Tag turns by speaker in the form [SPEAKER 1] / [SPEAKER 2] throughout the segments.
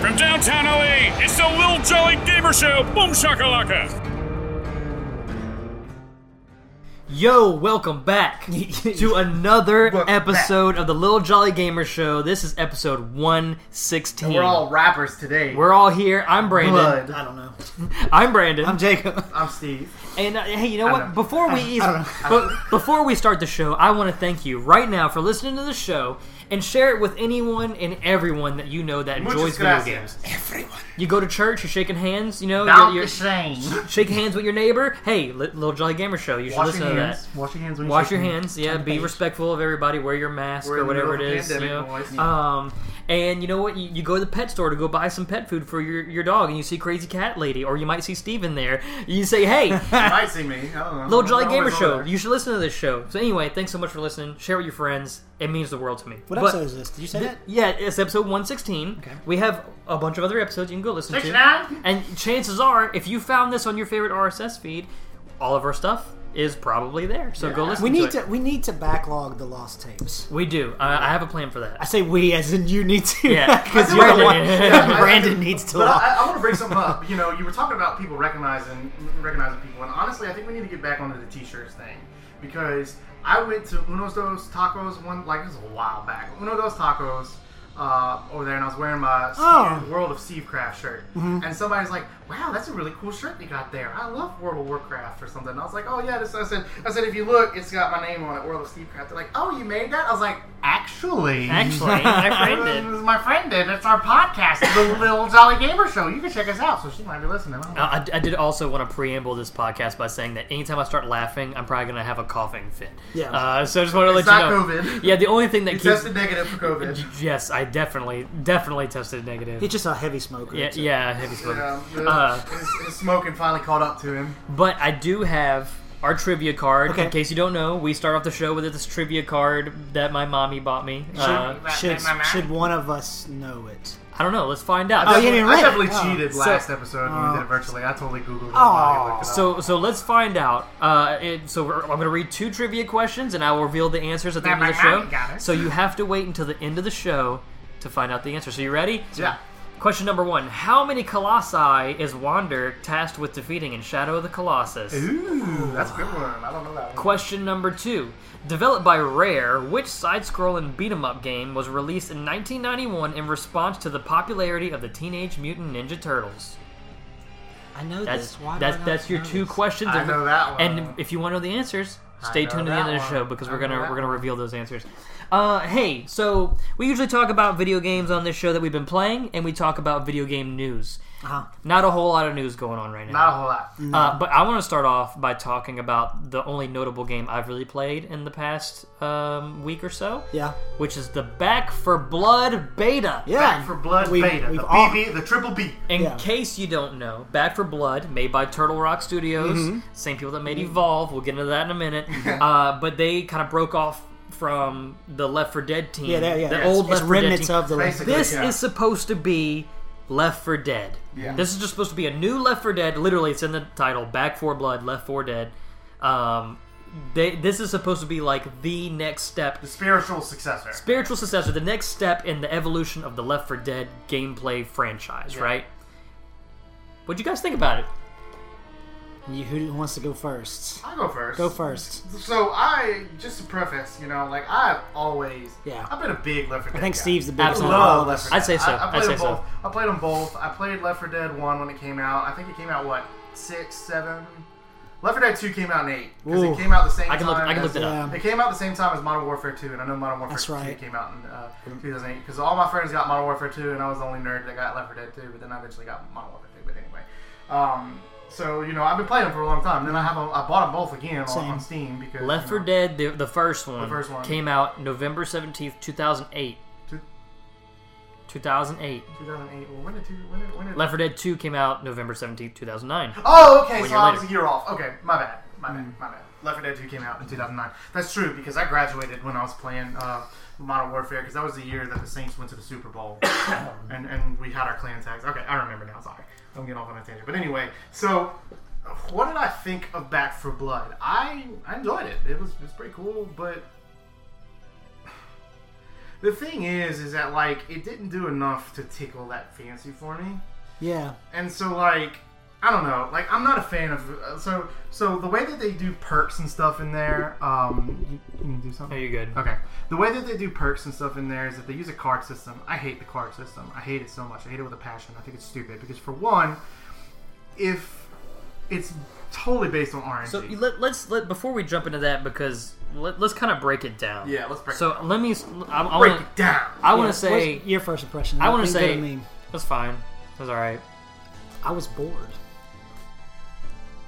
[SPEAKER 1] From downtown LA, it's the Lil Jelly Gamer Show. Boom shakalaka.
[SPEAKER 2] Yo, welcome back to another
[SPEAKER 3] Welcome
[SPEAKER 2] episode of the Little Jolly Gamer Show. This is episode 116.
[SPEAKER 3] We're all rappers today.
[SPEAKER 2] We're all here. I'm Brandon.
[SPEAKER 3] Blood. I don't know.
[SPEAKER 2] I'm Brandon.
[SPEAKER 4] Jacob.
[SPEAKER 3] I'm Steve.
[SPEAKER 2] and uh, hey, you know
[SPEAKER 3] know.
[SPEAKER 2] what? Before we
[SPEAKER 4] I don't know.
[SPEAKER 2] but before we start the show, I want to thank you right now for listening to the show and share it with anyone and everyone that you know that enjoys
[SPEAKER 3] Muchas
[SPEAKER 2] video
[SPEAKER 3] gracias.
[SPEAKER 2] games. You go to church, you're shaking hands, you know,
[SPEAKER 3] About
[SPEAKER 2] you're, you're
[SPEAKER 3] the same.
[SPEAKER 2] shaking hands with your neighbor. Hey, Li- Little Jolly Gamer Show, you should
[SPEAKER 3] Wash
[SPEAKER 2] listen
[SPEAKER 3] your
[SPEAKER 2] to that.
[SPEAKER 3] hands. Wash your hands when you
[SPEAKER 2] Wash
[SPEAKER 3] shake
[SPEAKER 2] your hands. Yeah, be
[SPEAKER 4] page.
[SPEAKER 2] respectful of everybody. Wear your mask
[SPEAKER 3] We're
[SPEAKER 2] or
[SPEAKER 3] in the
[SPEAKER 2] whatever it
[SPEAKER 3] middle of a
[SPEAKER 2] is. you know?
[SPEAKER 3] pandemic, boys.
[SPEAKER 2] Um, and you know what? You, you go to the pet store to go buy some pet food for your, your dog, and you see Crazy Cat Lady, or you might see Steven there. You say, "Hey,
[SPEAKER 3] You might see me. I don't know.
[SPEAKER 2] Little Jolly
[SPEAKER 3] I'm
[SPEAKER 2] Gamer
[SPEAKER 3] always
[SPEAKER 2] Show,
[SPEAKER 3] over there.
[SPEAKER 2] you should listen to this show." So anyway, thanks so much for listening. Share with your friends. It means the world to me.
[SPEAKER 4] What
[SPEAKER 2] But-
[SPEAKER 4] episode is this? Did you say that?
[SPEAKER 2] Yeah, it's episode 116.
[SPEAKER 4] Okay.
[SPEAKER 2] We have a bunch of other episodes you can go listen to.
[SPEAKER 3] 69?
[SPEAKER 2] And chances are, if you found this on your favorite RSS feed, all of our stuff is probably there. So go listen
[SPEAKER 4] We
[SPEAKER 2] to
[SPEAKER 4] need
[SPEAKER 2] it.
[SPEAKER 4] to we need to backlog the lost tapes.
[SPEAKER 2] We do. I I have a plan for
[SPEAKER 4] I
[SPEAKER 2] that.
[SPEAKER 4] say we as in you need to.
[SPEAKER 2] Yeah.
[SPEAKER 4] because
[SPEAKER 2] I
[SPEAKER 4] you're
[SPEAKER 2] do.
[SPEAKER 4] the one.
[SPEAKER 2] Yeah,
[SPEAKER 3] I- I-
[SPEAKER 4] Brandon needs to.
[SPEAKER 3] But
[SPEAKER 4] log-
[SPEAKER 3] I, I want to bring something up. You know, you were talking about people recognizing recognizing people, and honestly, I think we need to get back onto the t-shirts thing because I went to Unos Dos Tacos one like this was a while back. Uno Dos Tacos uh, over there, and I was wearing my
[SPEAKER 4] Oh. Mm-hmm.
[SPEAKER 3] Steve- World of Sievecraft shirt, and somebody's like, "Wow, that's a really cool shirt you got there. I love World of Warcraft or something." And I was like, "Oh yeah," this, I said. I said, "If you look, it's got my name on it, World of Sievecraft." They're like, "Oh, you made that?" I was like, "Actually,
[SPEAKER 2] Actually, my friend
[SPEAKER 3] this
[SPEAKER 2] did.
[SPEAKER 3] is my friend did. It's our podcast, the Little Jolly Gamer Show. You can check us out. So she might be listening. I don't know.
[SPEAKER 2] Uh, I, I did also want to preamble this podcast by saying that anytime I start laughing, I'm probably going to have a coughing fit.
[SPEAKER 4] Yeah.
[SPEAKER 2] Uh, so I just want to
[SPEAKER 3] It's
[SPEAKER 2] let
[SPEAKER 3] not
[SPEAKER 2] you know.
[SPEAKER 3] COVID.
[SPEAKER 2] Yeah, the only thing that
[SPEAKER 3] You
[SPEAKER 2] keeps.
[SPEAKER 3] tested negative for COVID.
[SPEAKER 2] Yes, I definitely, definitely tested negative.
[SPEAKER 4] He's just a heavy smoker.
[SPEAKER 2] yeah,
[SPEAKER 4] so-
[SPEAKER 2] yeah, heavy smoker.
[SPEAKER 3] Yeah, the-
[SPEAKER 2] Uh,
[SPEAKER 3] his, his smoking finally caught up to him.
[SPEAKER 2] But I do have our trivia card.
[SPEAKER 4] Okay.
[SPEAKER 2] In case you don't know, we start off the show with this trivia card that my mommy bought me. Uh,
[SPEAKER 4] Should should one of us know it?
[SPEAKER 2] I don't know. Let's find out.
[SPEAKER 4] Oh,
[SPEAKER 3] I
[SPEAKER 4] you didn't read it.
[SPEAKER 3] definitely
[SPEAKER 4] Oh.
[SPEAKER 3] cheated
[SPEAKER 2] So-
[SPEAKER 3] last episode when we did it
[SPEAKER 4] Oh.
[SPEAKER 3] virtually. I totally Googled it.
[SPEAKER 4] Oh.
[SPEAKER 2] So, so let's find out. Uh, it, so we're, I'm going to read two trivia questions, and I will reveal the answers at the end of the
[SPEAKER 3] You got
[SPEAKER 2] show.
[SPEAKER 3] it.
[SPEAKER 2] So you have to wait until the end of the show to find out the answer. So you ready?
[SPEAKER 3] yeah.
[SPEAKER 2] Question number one: How many colossi is Wander tasked with defeating in Shadow of the Colossus?
[SPEAKER 3] Ooh, that's a good one. I don't know that one.
[SPEAKER 2] Question number two. Developed by Rare, which side-scrolling beat-em-up game was released in 1991 in response to the popularity of the Teenage Mutant Ninja Turtles?
[SPEAKER 4] I know
[SPEAKER 2] That's
[SPEAKER 4] this. Why do I
[SPEAKER 2] that's
[SPEAKER 4] not
[SPEAKER 2] that's your
[SPEAKER 4] know
[SPEAKER 2] two
[SPEAKER 4] this?
[SPEAKER 2] questions.
[SPEAKER 3] I
[SPEAKER 2] of-
[SPEAKER 3] know that one.
[SPEAKER 2] And if you want to know the answers, stay
[SPEAKER 3] know
[SPEAKER 2] tuned to the end
[SPEAKER 3] that
[SPEAKER 2] of the show
[SPEAKER 3] one.
[SPEAKER 2] because
[SPEAKER 3] I
[SPEAKER 2] we're
[SPEAKER 3] know
[SPEAKER 2] gonna
[SPEAKER 3] that
[SPEAKER 2] we're gonna
[SPEAKER 3] one.
[SPEAKER 2] reveal those answers. Uh, hey, so we usually talk about video games on this show that we've been playing, and we talk about video game news.
[SPEAKER 4] Uh-huh.
[SPEAKER 2] Not a whole lot of news going on right now.
[SPEAKER 3] Not a whole lot.
[SPEAKER 4] Mm.
[SPEAKER 2] Uh, but I want to start off by talking about the only notable game I've really played in the past um, week or so,
[SPEAKER 4] Yeah.
[SPEAKER 2] which is the Back for Blood beta.
[SPEAKER 4] Yeah.
[SPEAKER 3] Back for Blood
[SPEAKER 4] we,
[SPEAKER 3] Beta.
[SPEAKER 4] We've
[SPEAKER 3] The
[SPEAKER 4] all,
[SPEAKER 3] BB, the triple B.
[SPEAKER 2] In
[SPEAKER 4] Yeah.
[SPEAKER 2] case you don't know, Back for Blood, made by Turtle Rock Studios,
[SPEAKER 4] Mm-hmm.
[SPEAKER 2] same people that made Evolve. We'll get into that in a minute. uh, but they kind of broke off from the Left for Dead team.
[SPEAKER 4] yeah, yeah, yeah.
[SPEAKER 2] The
[SPEAKER 4] It's-
[SPEAKER 2] old
[SPEAKER 4] it's
[SPEAKER 2] Left 4 Dead
[SPEAKER 4] remnants
[SPEAKER 2] team.
[SPEAKER 4] of the
[SPEAKER 3] Basically.
[SPEAKER 2] This
[SPEAKER 3] Yeah.
[SPEAKER 2] is supposed to be Left for Dead.
[SPEAKER 3] Yeah.
[SPEAKER 2] This is just supposed to be a new Left for Dead. Literally, it's in the title: Back for Blood, Left for Dead. Um, they, this is supposed to be like the next step,
[SPEAKER 3] The spiritual successor.
[SPEAKER 2] spiritual successor, the next step in the evolution of the Left for Dead gameplay franchise.
[SPEAKER 3] Yeah.
[SPEAKER 2] Right? What'd you guys think about it?
[SPEAKER 4] You, who wants to go first?
[SPEAKER 3] I'll go first.
[SPEAKER 4] Go first.
[SPEAKER 3] So I just to preface, you know, like I've always,
[SPEAKER 4] Yeah.
[SPEAKER 3] I've been a big Left 4 Dead.
[SPEAKER 4] I think
[SPEAKER 3] guy.
[SPEAKER 4] Steve's the biggest
[SPEAKER 3] I
[SPEAKER 2] Absolutely.
[SPEAKER 4] one. of all
[SPEAKER 3] love
[SPEAKER 4] of
[SPEAKER 3] Left
[SPEAKER 4] us.
[SPEAKER 3] 4 Dead.
[SPEAKER 2] I'd say so.
[SPEAKER 3] I, I
[SPEAKER 2] I'd
[SPEAKER 3] played
[SPEAKER 2] say
[SPEAKER 3] them
[SPEAKER 2] so.
[SPEAKER 3] both. I played them both. I played Left 4 Dead One when it came out. I think it came out what six, seven. Left 4 Dead Two came out in eight because
[SPEAKER 4] Ooh.
[SPEAKER 3] it came out the same
[SPEAKER 2] I can look-
[SPEAKER 3] time.
[SPEAKER 2] I can look
[SPEAKER 3] as-
[SPEAKER 2] that up.
[SPEAKER 4] Yeah.
[SPEAKER 3] It came out the same time as Modern Warfare Two, and I know Modern Warfare
[SPEAKER 4] That's
[SPEAKER 3] 2
[SPEAKER 4] right.
[SPEAKER 3] came out in uh, 2008 because all my friends got Modern Warfare Two, and I was the only nerd that got Left 4 Dead Two. But then I eventually got Modern Warfare Two. But anyway. Um, so you know, I've been playing them for a long time. Then I have a, I bought them both again on,
[SPEAKER 4] Same.
[SPEAKER 3] on Steam because
[SPEAKER 2] Left
[SPEAKER 3] you
[SPEAKER 2] for
[SPEAKER 3] know,
[SPEAKER 2] Dead, the, the first one,
[SPEAKER 3] first one.
[SPEAKER 2] came out November 17th, 2008.
[SPEAKER 3] Two-
[SPEAKER 2] 2008.
[SPEAKER 3] 2008. Well, when did two, when did, when did
[SPEAKER 2] Left for Dead 2 came out November 17th, 2009.
[SPEAKER 3] Oh, okay.
[SPEAKER 2] One
[SPEAKER 3] so
[SPEAKER 2] year
[SPEAKER 3] I
[SPEAKER 2] later. Mm.
[SPEAKER 3] was a year off. Okay, my bad. My bad. My bad. Left 4 Dead 2 came out in 2009. That's true because I graduated when I was playing uh, Modern Warfare because that was the year that the Saints went to the Super Bowl and and we had our clan tags. Okay, I remember now. Sorry, I'm getting off on a tangent. But anyway, so what did I think of Back for Blood? I I enjoyed it. It was it was pretty cool, but The thing is, is that like it didn't do enough to tickle that fancy for me,
[SPEAKER 4] Yeah.
[SPEAKER 3] and so like I don't know, like I'm not a fan of uh, so so the way that they do perks and stuff in there. Um, you, you can do
[SPEAKER 2] No,
[SPEAKER 3] something.
[SPEAKER 2] you're good.
[SPEAKER 3] Okay. The way that they do perks and stuff in there is that they use a card system. I hate the card system. I hate it so much. I hate it with a passion. I think it's stupid because for one, if it's totally based on RNG.
[SPEAKER 2] So you let, let's let before we jump into that because let, let's kind of break it down.
[SPEAKER 3] Yeah, let's break
[SPEAKER 2] So
[SPEAKER 3] it
[SPEAKER 2] let me. s- I, I
[SPEAKER 3] break
[SPEAKER 2] wanna-
[SPEAKER 3] it down.
[SPEAKER 2] I want
[SPEAKER 4] Yeah,
[SPEAKER 2] to say
[SPEAKER 4] what's your first impression.
[SPEAKER 2] I wanna
[SPEAKER 4] Nothing good
[SPEAKER 2] say-
[SPEAKER 4] mean,
[SPEAKER 2] that's fine. That's all right.
[SPEAKER 4] I was bored.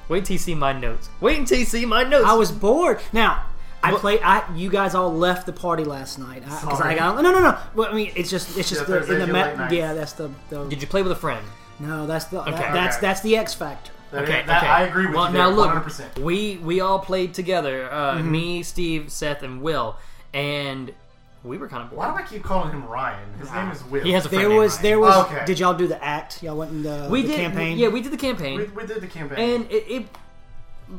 [SPEAKER 2] Wait till you see my notes. Wait until you see my notes.
[SPEAKER 4] I was bored. Now I
[SPEAKER 2] What-
[SPEAKER 4] played. I you guys all left the party last night because I
[SPEAKER 3] Sorry.
[SPEAKER 4] got no no no. Well, I mean it's just it's just
[SPEAKER 3] Yeah,
[SPEAKER 4] the,
[SPEAKER 3] Thursdays
[SPEAKER 4] in the
[SPEAKER 3] are late nights.
[SPEAKER 4] yeah that's the, the
[SPEAKER 2] Did you play with a friend?
[SPEAKER 4] no that's the that-
[SPEAKER 2] Okay.
[SPEAKER 4] that's
[SPEAKER 3] Okay.
[SPEAKER 4] that's the X factor.
[SPEAKER 3] That-
[SPEAKER 2] Okay,
[SPEAKER 3] that-
[SPEAKER 2] okay.
[SPEAKER 3] I agree with
[SPEAKER 2] well,
[SPEAKER 3] you.
[SPEAKER 2] Now look,
[SPEAKER 3] 100%.
[SPEAKER 2] we we all played together. Uh,
[SPEAKER 3] Mm-hmm.
[SPEAKER 2] Me, Steve, Seth, and Will, and we were kind of
[SPEAKER 3] Why
[SPEAKER 2] bored.
[SPEAKER 3] do I keep calling him Ryan? His name is Will.
[SPEAKER 2] He has a friend
[SPEAKER 4] There
[SPEAKER 2] named
[SPEAKER 4] was
[SPEAKER 2] Ryan.
[SPEAKER 4] there was
[SPEAKER 3] Okay.
[SPEAKER 4] did y'all do the act? Y'all went in the,
[SPEAKER 2] we
[SPEAKER 4] the
[SPEAKER 2] did
[SPEAKER 4] campaign.
[SPEAKER 2] Yeah, we did the campaign,
[SPEAKER 3] We, we did the campaign.
[SPEAKER 2] and it. it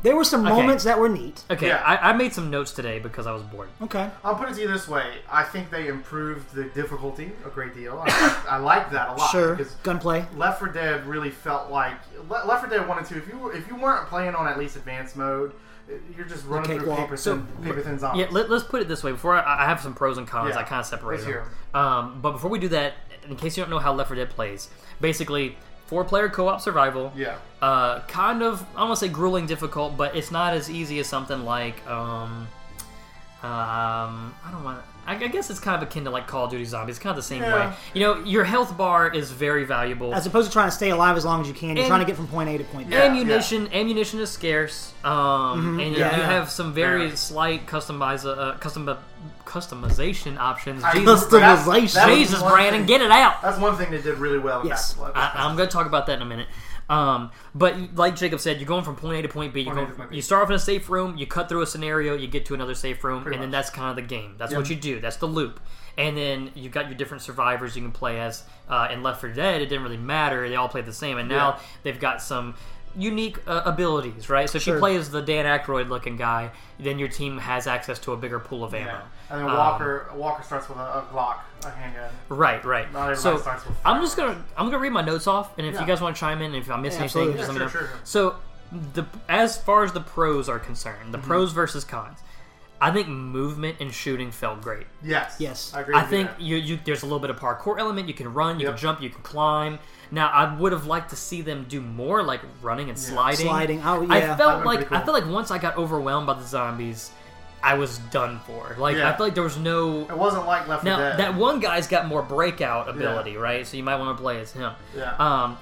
[SPEAKER 4] there were some
[SPEAKER 2] Okay.
[SPEAKER 4] moments that were neat.
[SPEAKER 2] okay,
[SPEAKER 3] Yeah.
[SPEAKER 2] I, I made some notes today because I was bored.
[SPEAKER 4] Okay.
[SPEAKER 3] I'll put it to you this way: I think they improved the difficulty a great deal. I, I like that a lot.
[SPEAKER 4] Sure.
[SPEAKER 3] Ah, Because
[SPEAKER 4] Gunplay.
[SPEAKER 3] Left 4 Dead really felt like Le- Left 4 Dead 1 and 2. If you were- if you weren't playing on at least advanced mode, you're just running through
[SPEAKER 4] cakewalk.
[SPEAKER 3] paper thin,
[SPEAKER 2] So-
[SPEAKER 3] paper thin zombies.
[SPEAKER 2] Yeah, let, us put it this way. Before I, I have some pros and cons,
[SPEAKER 3] Yeah.
[SPEAKER 2] I kind of separate
[SPEAKER 3] Let's hear
[SPEAKER 2] them. Um, but before we do that, in case you don't know how Left 4 Dead plays, basically four-player co-op survival.
[SPEAKER 3] Yeah.
[SPEAKER 2] Uh, kind of, I don't want to say grueling difficult, but it's not as easy as something like, um, um, I don't want. I, I guess it's kind of akin to like Call of Duty Zombies. It's kind of the same
[SPEAKER 3] Yeah.
[SPEAKER 2] way. You know, your health bar is very valuable.
[SPEAKER 4] As opposed to trying to stay alive as long as you can, you're
[SPEAKER 2] And-
[SPEAKER 4] trying to get from point A to point B.
[SPEAKER 3] Yeah,
[SPEAKER 2] ammunition ammunition is scarce um, and you-
[SPEAKER 4] Mm-hmm. yeah.
[SPEAKER 2] you have some very
[SPEAKER 3] Yeah.
[SPEAKER 2] slight customize uh, custom customization options
[SPEAKER 3] I-
[SPEAKER 2] jesus,
[SPEAKER 3] that-
[SPEAKER 4] Customization.
[SPEAKER 3] that was
[SPEAKER 2] jesus
[SPEAKER 3] one
[SPEAKER 2] brandon
[SPEAKER 3] thing-
[SPEAKER 2] get it out
[SPEAKER 3] That's one thing they did really well. in
[SPEAKER 4] Yes.
[SPEAKER 3] Back to Blood.
[SPEAKER 2] I, i'm going to talk about that in a minute um, but like jacob said you're going from point a to point b you're
[SPEAKER 3] Point A
[SPEAKER 2] going,
[SPEAKER 3] to point B.
[SPEAKER 2] you start off in a safe room you cut through a scenario you get to another safe room
[SPEAKER 3] Pretty
[SPEAKER 2] and then
[SPEAKER 3] much.
[SPEAKER 2] that's kind of the game that's what you do that's the loop and then you've got your different survivors you can play as uh, in left 4 dead it didn't really matter they all played the same and now
[SPEAKER 3] Yeah.
[SPEAKER 2] they've got some unique uh, abilities, right? So if
[SPEAKER 4] Sure.
[SPEAKER 2] you play as the Dan Aykroyd looking guy, then your team has access to a bigger pool of ammo.
[SPEAKER 3] Yeah. And then
[SPEAKER 2] Um,
[SPEAKER 3] Walker Walker starts with a, a Glock, a handgun.
[SPEAKER 2] right, right.
[SPEAKER 3] Not everybody
[SPEAKER 2] so
[SPEAKER 3] starts with
[SPEAKER 2] I'm just gonna I'm gonna read my notes off, and if
[SPEAKER 3] Yeah.
[SPEAKER 2] you guys want to chime in, if I miss
[SPEAKER 4] Yeah,
[SPEAKER 2] anything,
[SPEAKER 4] absolutely.
[SPEAKER 2] just
[SPEAKER 3] Yeah,
[SPEAKER 2] let me
[SPEAKER 3] sure,
[SPEAKER 2] know.
[SPEAKER 3] sure.
[SPEAKER 2] So the as far as the pros are concerned,
[SPEAKER 3] Mm-hmm.
[SPEAKER 2] the pros versus cons. I think movement and shooting felt great.
[SPEAKER 3] Yes.
[SPEAKER 4] Yes.
[SPEAKER 3] I agree.
[SPEAKER 2] I
[SPEAKER 3] with
[SPEAKER 2] think
[SPEAKER 3] You
[SPEAKER 2] you, you there's a little bit of parkour element. You can run, you
[SPEAKER 3] Yep.
[SPEAKER 2] can jump, you can climb. Now I would have liked to see them do more like running and sliding.
[SPEAKER 4] Sliding. Oh, yeah.
[SPEAKER 2] I
[SPEAKER 3] That'd
[SPEAKER 2] felt
[SPEAKER 3] been
[SPEAKER 2] like
[SPEAKER 3] pretty cool.
[SPEAKER 2] I felt like once I got overwhelmed by the zombies, I was done for. Like
[SPEAKER 3] Yeah.
[SPEAKER 2] I felt like there was
[SPEAKER 3] there.
[SPEAKER 2] no
[SPEAKER 3] it wasn't like Left 4
[SPEAKER 2] now
[SPEAKER 3] Dead.
[SPEAKER 2] that one guy's got more breakout ability, right? So you might want to play as him.
[SPEAKER 3] Yeah.
[SPEAKER 2] Um,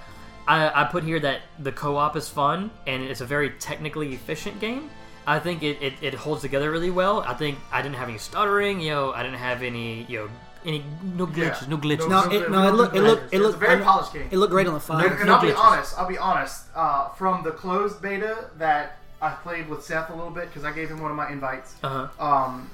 [SPEAKER 2] I, I put here that the co-op is fun and it's a very technically efficient game. I think it, it, it holds together really well. I think I didn't have any stuttering. You know, I didn't have any you know any no glitches, no glitches.
[SPEAKER 4] No, it, no, it looked, it looked, it
[SPEAKER 3] It's a
[SPEAKER 4] looked
[SPEAKER 3] very
[SPEAKER 4] I-
[SPEAKER 3] polished game.
[SPEAKER 4] It looked great on the phone.
[SPEAKER 3] And, and
[SPEAKER 2] No
[SPEAKER 3] I'll be
[SPEAKER 2] glitches.
[SPEAKER 3] honest. I'll be honest. Uh, from the closed beta that I played with Seth a little bit because I gave him one of my invites.
[SPEAKER 2] Uh-huh.
[SPEAKER 3] Um,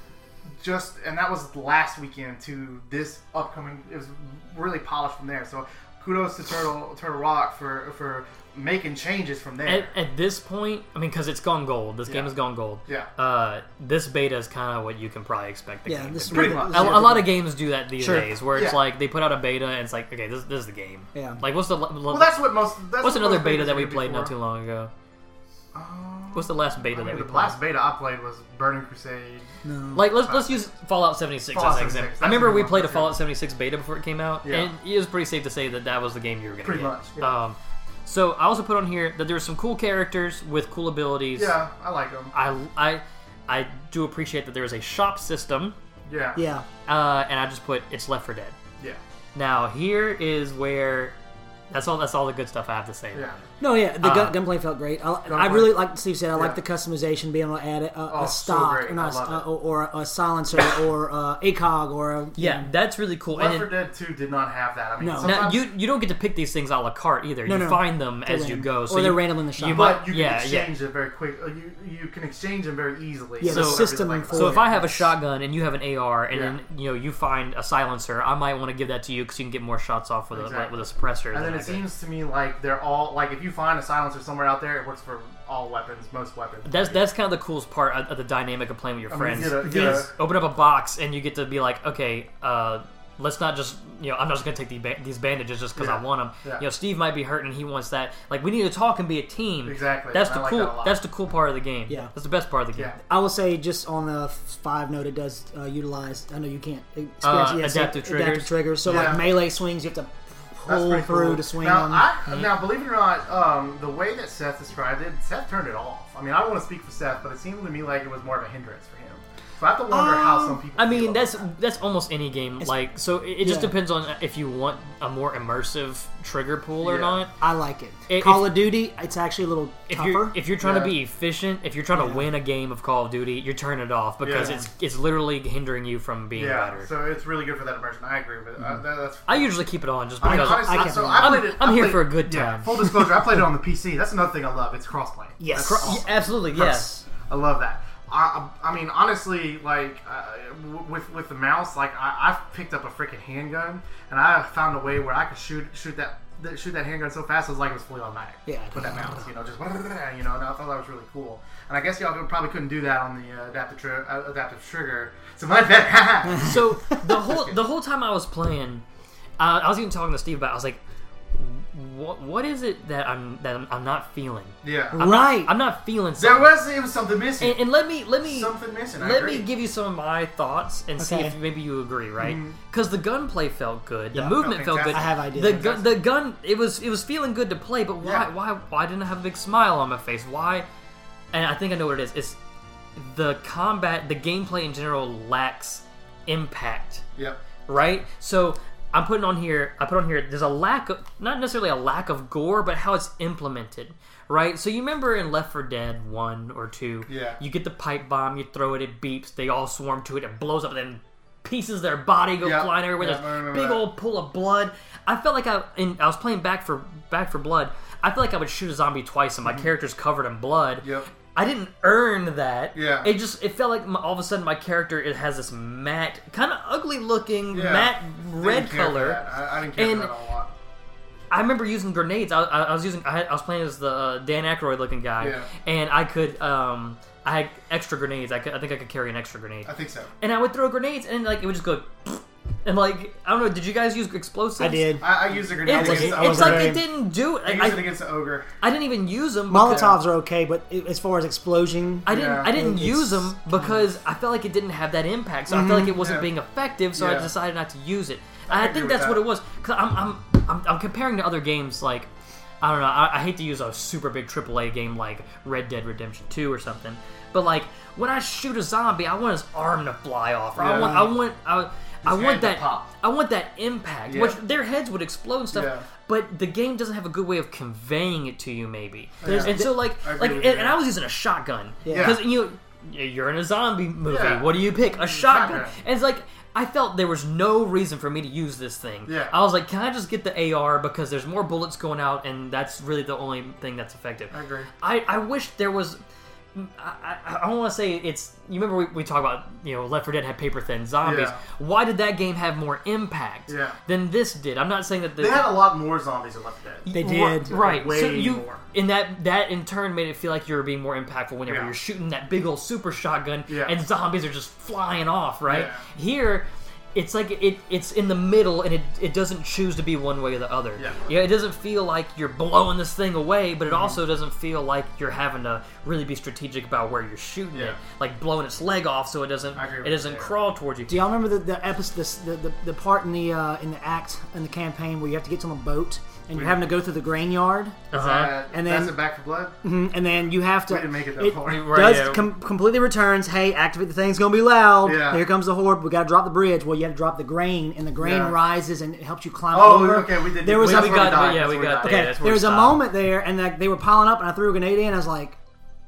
[SPEAKER 3] just and that was last weekend to this upcoming. It was really polished from there. So kudos to Turtle Turtle Rock for for making changes from there.
[SPEAKER 2] At, at this point, I mean, because it's gone gold. This game
[SPEAKER 3] Yeah.
[SPEAKER 2] has gone gold.
[SPEAKER 3] Yeah.
[SPEAKER 2] Uh, this beta is kind of what you can probably expect. The
[SPEAKER 4] yeah,
[SPEAKER 2] game
[SPEAKER 4] this
[SPEAKER 2] to
[SPEAKER 4] is
[SPEAKER 2] be.
[SPEAKER 3] pretty
[SPEAKER 4] what-
[SPEAKER 3] much.
[SPEAKER 2] a,
[SPEAKER 4] this is what
[SPEAKER 2] a
[SPEAKER 4] they
[SPEAKER 2] lot
[SPEAKER 4] did.
[SPEAKER 2] of games do that these
[SPEAKER 4] Sure.
[SPEAKER 2] days, where it's
[SPEAKER 3] Yeah.
[SPEAKER 2] like they put out a beta and it's like, okay, this, this is the game.
[SPEAKER 4] Yeah.
[SPEAKER 2] Like, what's the le- le-
[SPEAKER 3] well, that's what most. That's
[SPEAKER 2] what's
[SPEAKER 3] what
[SPEAKER 2] another
[SPEAKER 3] most
[SPEAKER 2] beta
[SPEAKER 3] betas
[SPEAKER 2] that
[SPEAKER 3] are
[SPEAKER 2] we
[SPEAKER 3] gonna be
[SPEAKER 2] played not
[SPEAKER 3] for.
[SPEAKER 2] too long ago?
[SPEAKER 3] Um,
[SPEAKER 2] What's the last beta
[SPEAKER 3] I mean,
[SPEAKER 2] that we
[SPEAKER 3] the
[SPEAKER 2] played?
[SPEAKER 3] last beta I played was Burning Crusade.
[SPEAKER 4] No.
[SPEAKER 2] like let's let's use Fallout 76 as
[SPEAKER 3] Fallout
[SPEAKER 2] an
[SPEAKER 3] 76,
[SPEAKER 2] example. I
[SPEAKER 3] that's
[SPEAKER 2] remember
[SPEAKER 3] the
[SPEAKER 2] we
[SPEAKER 3] one,
[SPEAKER 2] played a
[SPEAKER 3] that's
[SPEAKER 2] Fallout
[SPEAKER 3] it.
[SPEAKER 2] 76 beta before it came out,
[SPEAKER 3] Yeah.
[SPEAKER 2] and it was pretty safe to say that that was the game you were going to
[SPEAKER 3] Pretty
[SPEAKER 2] get.
[SPEAKER 3] much, yeah.
[SPEAKER 2] Um, so I also put on here that there were some cool characters with cool abilities.
[SPEAKER 3] Yeah, I like them.
[SPEAKER 2] I I I do appreciate that there is a shop system,
[SPEAKER 3] Yeah.
[SPEAKER 4] Yeah.
[SPEAKER 2] uh, and I just put it's Left for Dead.
[SPEAKER 3] Yeah.
[SPEAKER 2] Now here is where that's all that's all the good stuff I have to say.
[SPEAKER 3] Yeah.
[SPEAKER 4] No, yeah, the gun,
[SPEAKER 2] Uh,
[SPEAKER 4] gunplay felt great. I, I
[SPEAKER 3] Uh-huh. Gunplay.
[SPEAKER 4] really like Steve said. I like
[SPEAKER 3] Yeah.
[SPEAKER 4] the customization, being able to add a, a
[SPEAKER 3] Oh, so
[SPEAKER 4] stock
[SPEAKER 3] great.
[SPEAKER 4] or,
[SPEAKER 3] I
[SPEAKER 4] not,
[SPEAKER 3] love
[SPEAKER 4] a- or, or a silencer or uh, a cog or a,
[SPEAKER 2] Yeah, that's really cool.
[SPEAKER 3] Left
[SPEAKER 2] and
[SPEAKER 3] 4
[SPEAKER 2] it,
[SPEAKER 3] Dead 2 did not have that. I mean,
[SPEAKER 4] No. Now,
[SPEAKER 2] now
[SPEAKER 3] sometimes
[SPEAKER 2] you you don't get to pick these things a la carte either.
[SPEAKER 4] No,
[SPEAKER 2] you
[SPEAKER 4] no.
[SPEAKER 2] find them as you
[SPEAKER 4] random.
[SPEAKER 2] go,
[SPEAKER 4] Or
[SPEAKER 2] so
[SPEAKER 4] they're
[SPEAKER 2] you,
[SPEAKER 4] random in the shop.
[SPEAKER 2] You might,
[SPEAKER 3] but you can
[SPEAKER 2] yeah, yeah.
[SPEAKER 3] exchange it very quick. uh, You you can exchange them very easily.
[SPEAKER 4] Yeah, the
[SPEAKER 3] So-
[SPEAKER 4] system
[SPEAKER 3] like-
[SPEAKER 4] and
[SPEAKER 2] So if I have a
[SPEAKER 4] Yes.
[SPEAKER 2] shotgun and you have an AR, and
[SPEAKER 3] Yeah.
[SPEAKER 2] then you know you find a silencer, I might want to give that to you because you can get more shots off with a
[SPEAKER 3] Exactly.
[SPEAKER 2] with a suppressor.
[SPEAKER 3] And
[SPEAKER 2] than
[SPEAKER 3] then
[SPEAKER 2] I
[SPEAKER 3] it
[SPEAKER 2] could.
[SPEAKER 3] seems to me like they're all like if you find a silencer somewhere out there, it works for all all weapons, most weapons.
[SPEAKER 2] That's that's kind of the coolest part of, of the dynamic of playing with your
[SPEAKER 3] I mean,
[SPEAKER 2] friends.
[SPEAKER 3] get a, get a,
[SPEAKER 4] Yes.
[SPEAKER 2] Open up a box and you get to be like, okay, uh, let's not just you know I'm not just gonna take the ba- these bandages just because
[SPEAKER 3] Yeah.
[SPEAKER 2] I want them.
[SPEAKER 3] Yeah.
[SPEAKER 2] You know, Steve might be hurting and he wants that. Like we need to talk and be a team.
[SPEAKER 3] Exactly,
[SPEAKER 2] That's
[SPEAKER 3] and
[SPEAKER 2] the
[SPEAKER 3] I like
[SPEAKER 2] cool.
[SPEAKER 3] that a lot.
[SPEAKER 2] that's the cool part of the game.
[SPEAKER 4] Yeah.
[SPEAKER 2] That's the best part of the game.
[SPEAKER 3] yeah.
[SPEAKER 4] I will say just on a five note, it does uh, utilize. I know you can't experience
[SPEAKER 2] Uh,
[SPEAKER 4] yes,
[SPEAKER 2] adaptive triggers.
[SPEAKER 4] Adaptive triggers. So
[SPEAKER 3] Yeah.
[SPEAKER 4] like melee swings, you have to
[SPEAKER 3] That's
[SPEAKER 4] pull
[SPEAKER 3] pretty
[SPEAKER 4] through
[SPEAKER 3] cool.
[SPEAKER 4] to swing
[SPEAKER 3] now,
[SPEAKER 4] on. them.
[SPEAKER 3] I, Now, believe it or not, um, the way that Seth described it, Seth turned it off. I mean, I don't want to speak for Seth, but it seemed to me like it was more of a hindrance for him. So I have to wonder how
[SPEAKER 4] Um,
[SPEAKER 3] some people.
[SPEAKER 2] I
[SPEAKER 3] feel
[SPEAKER 2] mean,
[SPEAKER 3] about
[SPEAKER 2] that's
[SPEAKER 3] that.
[SPEAKER 2] that's almost any game. Like, so it, it just
[SPEAKER 4] yeah.
[SPEAKER 2] depends on if you want a more immersive trigger pool or
[SPEAKER 3] Yeah.
[SPEAKER 2] not.
[SPEAKER 4] I like it.
[SPEAKER 2] If-
[SPEAKER 4] Call of Duty, it's actually a little
[SPEAKER 2] If
[SPEAKER 4] tougher.
[SPEAKER 2] you're if you're trying
[SPEAKER 3] Yeah.
[SPEAKER 2] to be efficient, if you're trying to win a game of Call of Duty, you're turning it off because
[SPEAKER 3] Yeah.
[SPEAKER 2] it's it's literally hindering you from being
[SPEAKER 3] yeah.
[SPEAKER 2] better.
[SPEAKER 3] So it's really good for that immersion. I agree with it.
[SPEAKER 4] Mm-hmm.
[SPEAKER 3] Uh, that, that's.
[SPEAKER 2] I usually keep it on just
[SPEAKER 3] I mean,
[SPEAKER 2] because
[SPEAKER 3] honestly,
[SPEAKER 4] I
[SPEAKER 3] I
[SPEAKER 4] can't
[SPEAKER 3] so
[SPEAKER 4] do
[SPEAKER 3] I
[SPEAKER 2] I'm-
[SPEAKER 3] played it.
[SPEAKER 2] I'm
[SPEAKER 3] I
[SPEAKER 2] here
[SPEAKER 3] played-
[SPEAKER 2] for a good
[SPEAKER 3] yeah,
[SPEAKER 2] time.
[SPEAKER 3] full disclosure, I played it on the PC. That's another thing I love. It's crossplay.
[SPEAKER 4] Yes.
[SPEAKER 3] That's
[SPEAKER 2] Yeah,
[SPEAKER 3] awesome.
[SPEAKER 2] absolutely yes.
[SPEAKER 3] I love that. I, I I mean, honestly, like uh, w- with with the mouse, like I, I've picked up a freaking handgun, and I found a way where I could shoot shoot that th- shoot that handgun so fast it was like it was fully automatic.
[SPEAKER 4] Yeah.
[SPEAKER 3] With that mouse, you know, just you know, and I thought that was really cool. And I guess y'all could- probably couldn't do that on the uh, adaptive tri- uh, adaptive trigger. So my bad.
[SPEAKER 2] So the whole the whole time I was playing, uh, I was even talking to Steve about. it. I was like, what what is it that I'm that I'm, I'm not feeling?
[SPEAKER 3] yeah.
[SPEAKER 4] right.
[SPEAKER 2] I'm not feeling
[SPEAKER 3] there
[SPEAKER 2] something.
[SPEAKER 3] was it was something missing.
[SPEAKER 2] And, and let me let me
[SPEAKER 3] something missing. I
[SPEAKER 2] Let
[SPEAKER 3] agree.
[SPEAKER 2] me give you some of my thoughts and see
[SPEAKER 4] Okay. Mm-hmm.
[SPEAKER 2] if maybe you agree, right? Because the gunplay felt good, the
[SPEAKER 4] Yeah.
[SPEAKER 2] movement
[SPEAKER 3] Felt
[SPEAKER 2] felt good.
[SPEAKER 3] fantastic. I
[SPEAKER 4] have ideas.
[SPEAKER 2] The gun, the gun, it was it was feeling good to play, but why
[SPEAKER 3] Yeah.
[SPEAKER 2] why why didn't I have a big smile on my face? Why? And I think I know what it is. It's the combat, the gameplay in general lacks impact
[SPEAKER 3] Yep.
[SPEAKER 2] right? So I'm putting on here. I put on here. There's a lack of, not necessarily a lack of gore, but how it's implemented, right? So you remember in Left 4 Dead one or two,
[SPEAKER 3] Yeah.
[SPEAKER 2] You get the pipe bomb, you throw it, it beeps. They all swarm to it, it blows up, and then pieces of their body go
[SPEAKER 3] Yeah,
[SPEAKER 2] flying everywhere.
[SPEAKER 3] yeah, I
[SPEAKER 2] There's
[SPEAKER 3] remember
[SPEAKER 2] big
[SPEAKER 3] that.
[SPEAKER 2] old pool of blood. I felt like I, in, I was playing Back for Back for Blood. I felt like I would shoot a zombie twice, and my character's covered in blood.
[SPEAKER 3] Mm-hmm. Yep.
[SPEAKER 2] I didn't earn that.
[SPEAKER 3] Yeah.
[SPEAKER 2] It just it felt like my, all of a sudden my character it has this matte, kind of ugly looking
[SPEAKER 3] Yeah.
[SPEAKER 2] matte
[SPEAKER 3] Didn't
[SPEAKER 2] red
[SPEAKER 3] care for
[SPEAKER 2] color.
[SPEAKER 3] that. I, I didn't care
[SPEAKER 2] And-
[SPEAKER 3] for that a lot.
[SPEAKER 2] I remember using grenades. I, I, I was using I, had, I was playing as the uh, Dan Aykroyd looking guy,
[SPEAKER 3] Yeah.
[SPEAKER 2] and I could um I had extra grenades. I, could, I think I could carry an extra grenade,
[SPEAKER 3] I think so.
[SPEAKER 2] and I would throw grenades, and like it would just go, and like I don't know. Did you guys use explosives?
[SPEAKER 4] I did.
[SPEAKER 3] I, I used a grenade
[SPEAKER 2] It's,
[SPEAKER 3] against
[SPEAKER 2] it's,
[SPEAKER 3] the
[SPEAKER 4] I was
[SPEAKER 2] like
[SPEAKER 3] ogre.
[SPEAKER 2] they
[SPEAKER 4] very-
[SPEAKER 2] didn't do it.
[SPEAKER 3] I
[SPEAKER 2] I,
[SPEAKER 3] used it
[SPEAKER 2] I,
[SPEAKER 3] against the ogre.
[SPEAKER 2] I didn't even use them. because-
[SPEAKER 4] Molotovs are okay, but i as far as explosion,
[SPEAKER 2] I didn't.
[SPEAKER 3] Yeah.
[SPEAKER 2] I didn't
[SPEAKER 4] It's
[SPEAKER 2] use them because I felt like it didn't have that impact. So I felt like it wasn't
[SPEAKER 3] Mm-hmm, yeah.
[SPEAKER 2] being effective. So I
[SPEAKER 3] Yeah.
[SPEAKER 2] decided not to use it. And I,
[SPEAKER 3] agree
[SPEAKER 2] think
[SPEAKER 3] with
[SPEAKER 2] that's what
[SPEAKER 3] that.
[SPEAKER 2] it was. Cause I'm, I'm, I'm, I'm comparing to other games like, I don't know. I, I hate to use a super big AAA game like Red Dead Redemption Two or something. But like when I shoot a zombie, I want his arm to fly off. Or I
[SPEAKER 3] Yeah.
[SPEAKER 2] want. I want. I, I
[SPEAKER 3] head
[SPEAKER 2] want
[SPEAKER 3] to
[SPEAKER 2] that.
[SPEAKER 3] pop.
[SPEAKER 2] I want that impact.
[SPEAKER 3] Yeah.
[SPEAKER 2] Which their heads would explode and stuff.
[SPEAKER 3] Yeah.
[SPEAKER 2] But the game doesn't have a good way of conveying it to you, maybe.
[SPEAKER 3] There's-
[SPEAKER 2] And so, like,
[SPEAKER 3] I agree
[SPEAKER 2] like,
[SPEAKER 3] with
[SPEAKER 2] and,
[SPEAKER 3] you
[SPEAKER 2] and
[SPEAKER 3] there.
[SPEAKER 2] I was using a shotgun
[SPEAKER 4] Yeah.
[SPEAKER 2] because you you're in a zombie movie.
[SPEAKER 3] Yeah.
[SPEAKER 2] What do you pick? A shotgun.
[SPEAKER 3] Shotgun.
[SPEAKER 2] And it's like I felt there was no reason for me to use this thing.
[SPEAKER 3] Yeah.
[SPEAKER 2] I was like, can I just get the AR because there's more bullets going out, and that's really the only thing that's effective. I
[SPEAKER 3] agree.
[SPEAKER 2] I, I wish there was. mm, I, I, I don't want to say it's. You remember we, we talk about you know Left 4 Dead had paper thin zombies.
[SPEAKER 3] Yeah.
[SPEAKER 2] Why did that game have more impact
[SPEAKER 3] Yeah.
[SPEAKER 2] than this did? I'm not saying that the,
[SPEAKER 3] They had a lot more zombies in Left Dead.
[SPEAKER 4] they
[SPEAKER 2] Ri-
[SPEAKER 4] did.
[SPEAKER 2] Right.
[SPEAKER 3] Way
[SPEAKER 2] so you
[SPEAKER 3] more.
[SPEAKER 2] and that that in turn made it feel like you were being more impactful whenever
[SPEAKER 3] Yeah.
[SPEAKER 2] you're shooting that big old super shotgun
[SPEAKER 3] Yeah.
[SPEAKER 2] and zombies are just flying off, right?
[SPEAKER 3] Yeah.
[SPEAKER 2] Here it's like it it's in the middle and it, it doesn't choose to be one way or the other.
[SPEAKER 3] Yeah. Mm-hmm.
[SPEAKER 2] it doesn't feel like you're blowing this thing away, but it also doesn't feel like you're having to really be strategic about where you're shooting
[SPEAKER 3] Yeah.
[SPEAKER 2] it. Like blowing its leg off so it doesn't
[SPEAKER 3] I agree with
[SPEAKER 2] it
[SPEAKER 3] you
[SPEAKER 2] doesn't
[SPEAKER 3] there.
[SPEAKER 2] crawl towards you.
[SPEAKER 4] Do y'all remember the the, episode, the, the the part in the uh, in the act in the campaign where you have to get to a boat and you're having to go through the grain yard,
[SPEAKER 2] Uh-huh.
[SPEAKER 3] Uh,
[SPEAKER 4] And
[SPEAKER 3] that's
[SPEAKER 4] then-
[SPEAKER 3] it Back for Blood.
[SPEAKER 4] and then you have to
[SPEAKER 3] We didn't make it that far.
[SPEAKER 2] Right,
[SPEAKER 4] does
[SPEAKER 2] yeah.
[SPEAKER 4] com- completely returns. Hey, activate the thing's gonna be loud.
[SPEAKER 3] Yeah.
[SPEAKER 4] Here comes the horde. We gotta drop the bridge. Well, you have to drop the grain, and the grain
[SPEAKER 3] Yeah.
[SPEAKER 4] rises and it helps you climb
[SPEAKER 3] Oh,
[SPEAKER 4] over.
[SPEAKER 3] okay, we did.
[SPEAKER 4] There was
[SPEAKER 3] we,
[SPEAKER 4] a-
[SPEAKER 3] that's
[SPEAKER 4] we
[SPEAKER 3] where
[SPEAKER 2] got-
[SPEAKER 3] died,
[SPEAKER 2] yeah,
[SPEAKER 3] that's
[SPEAKER 2] we
[SPEAKER 3] where
[SPEAKER 2] got
[SPEAKER 3] died.
[SPEAKER 2] there.
[SPEAKER 4] okay,
[SPEAKER 2] that's where
[SPEAKER 4] there
[SPEAKER 2] we
[SPEAKER 4] was a
[SPEAKER 2] stopped.
[SPEAKER 4] moment there, and like they were piling up, and I threw a grenade in. I was like,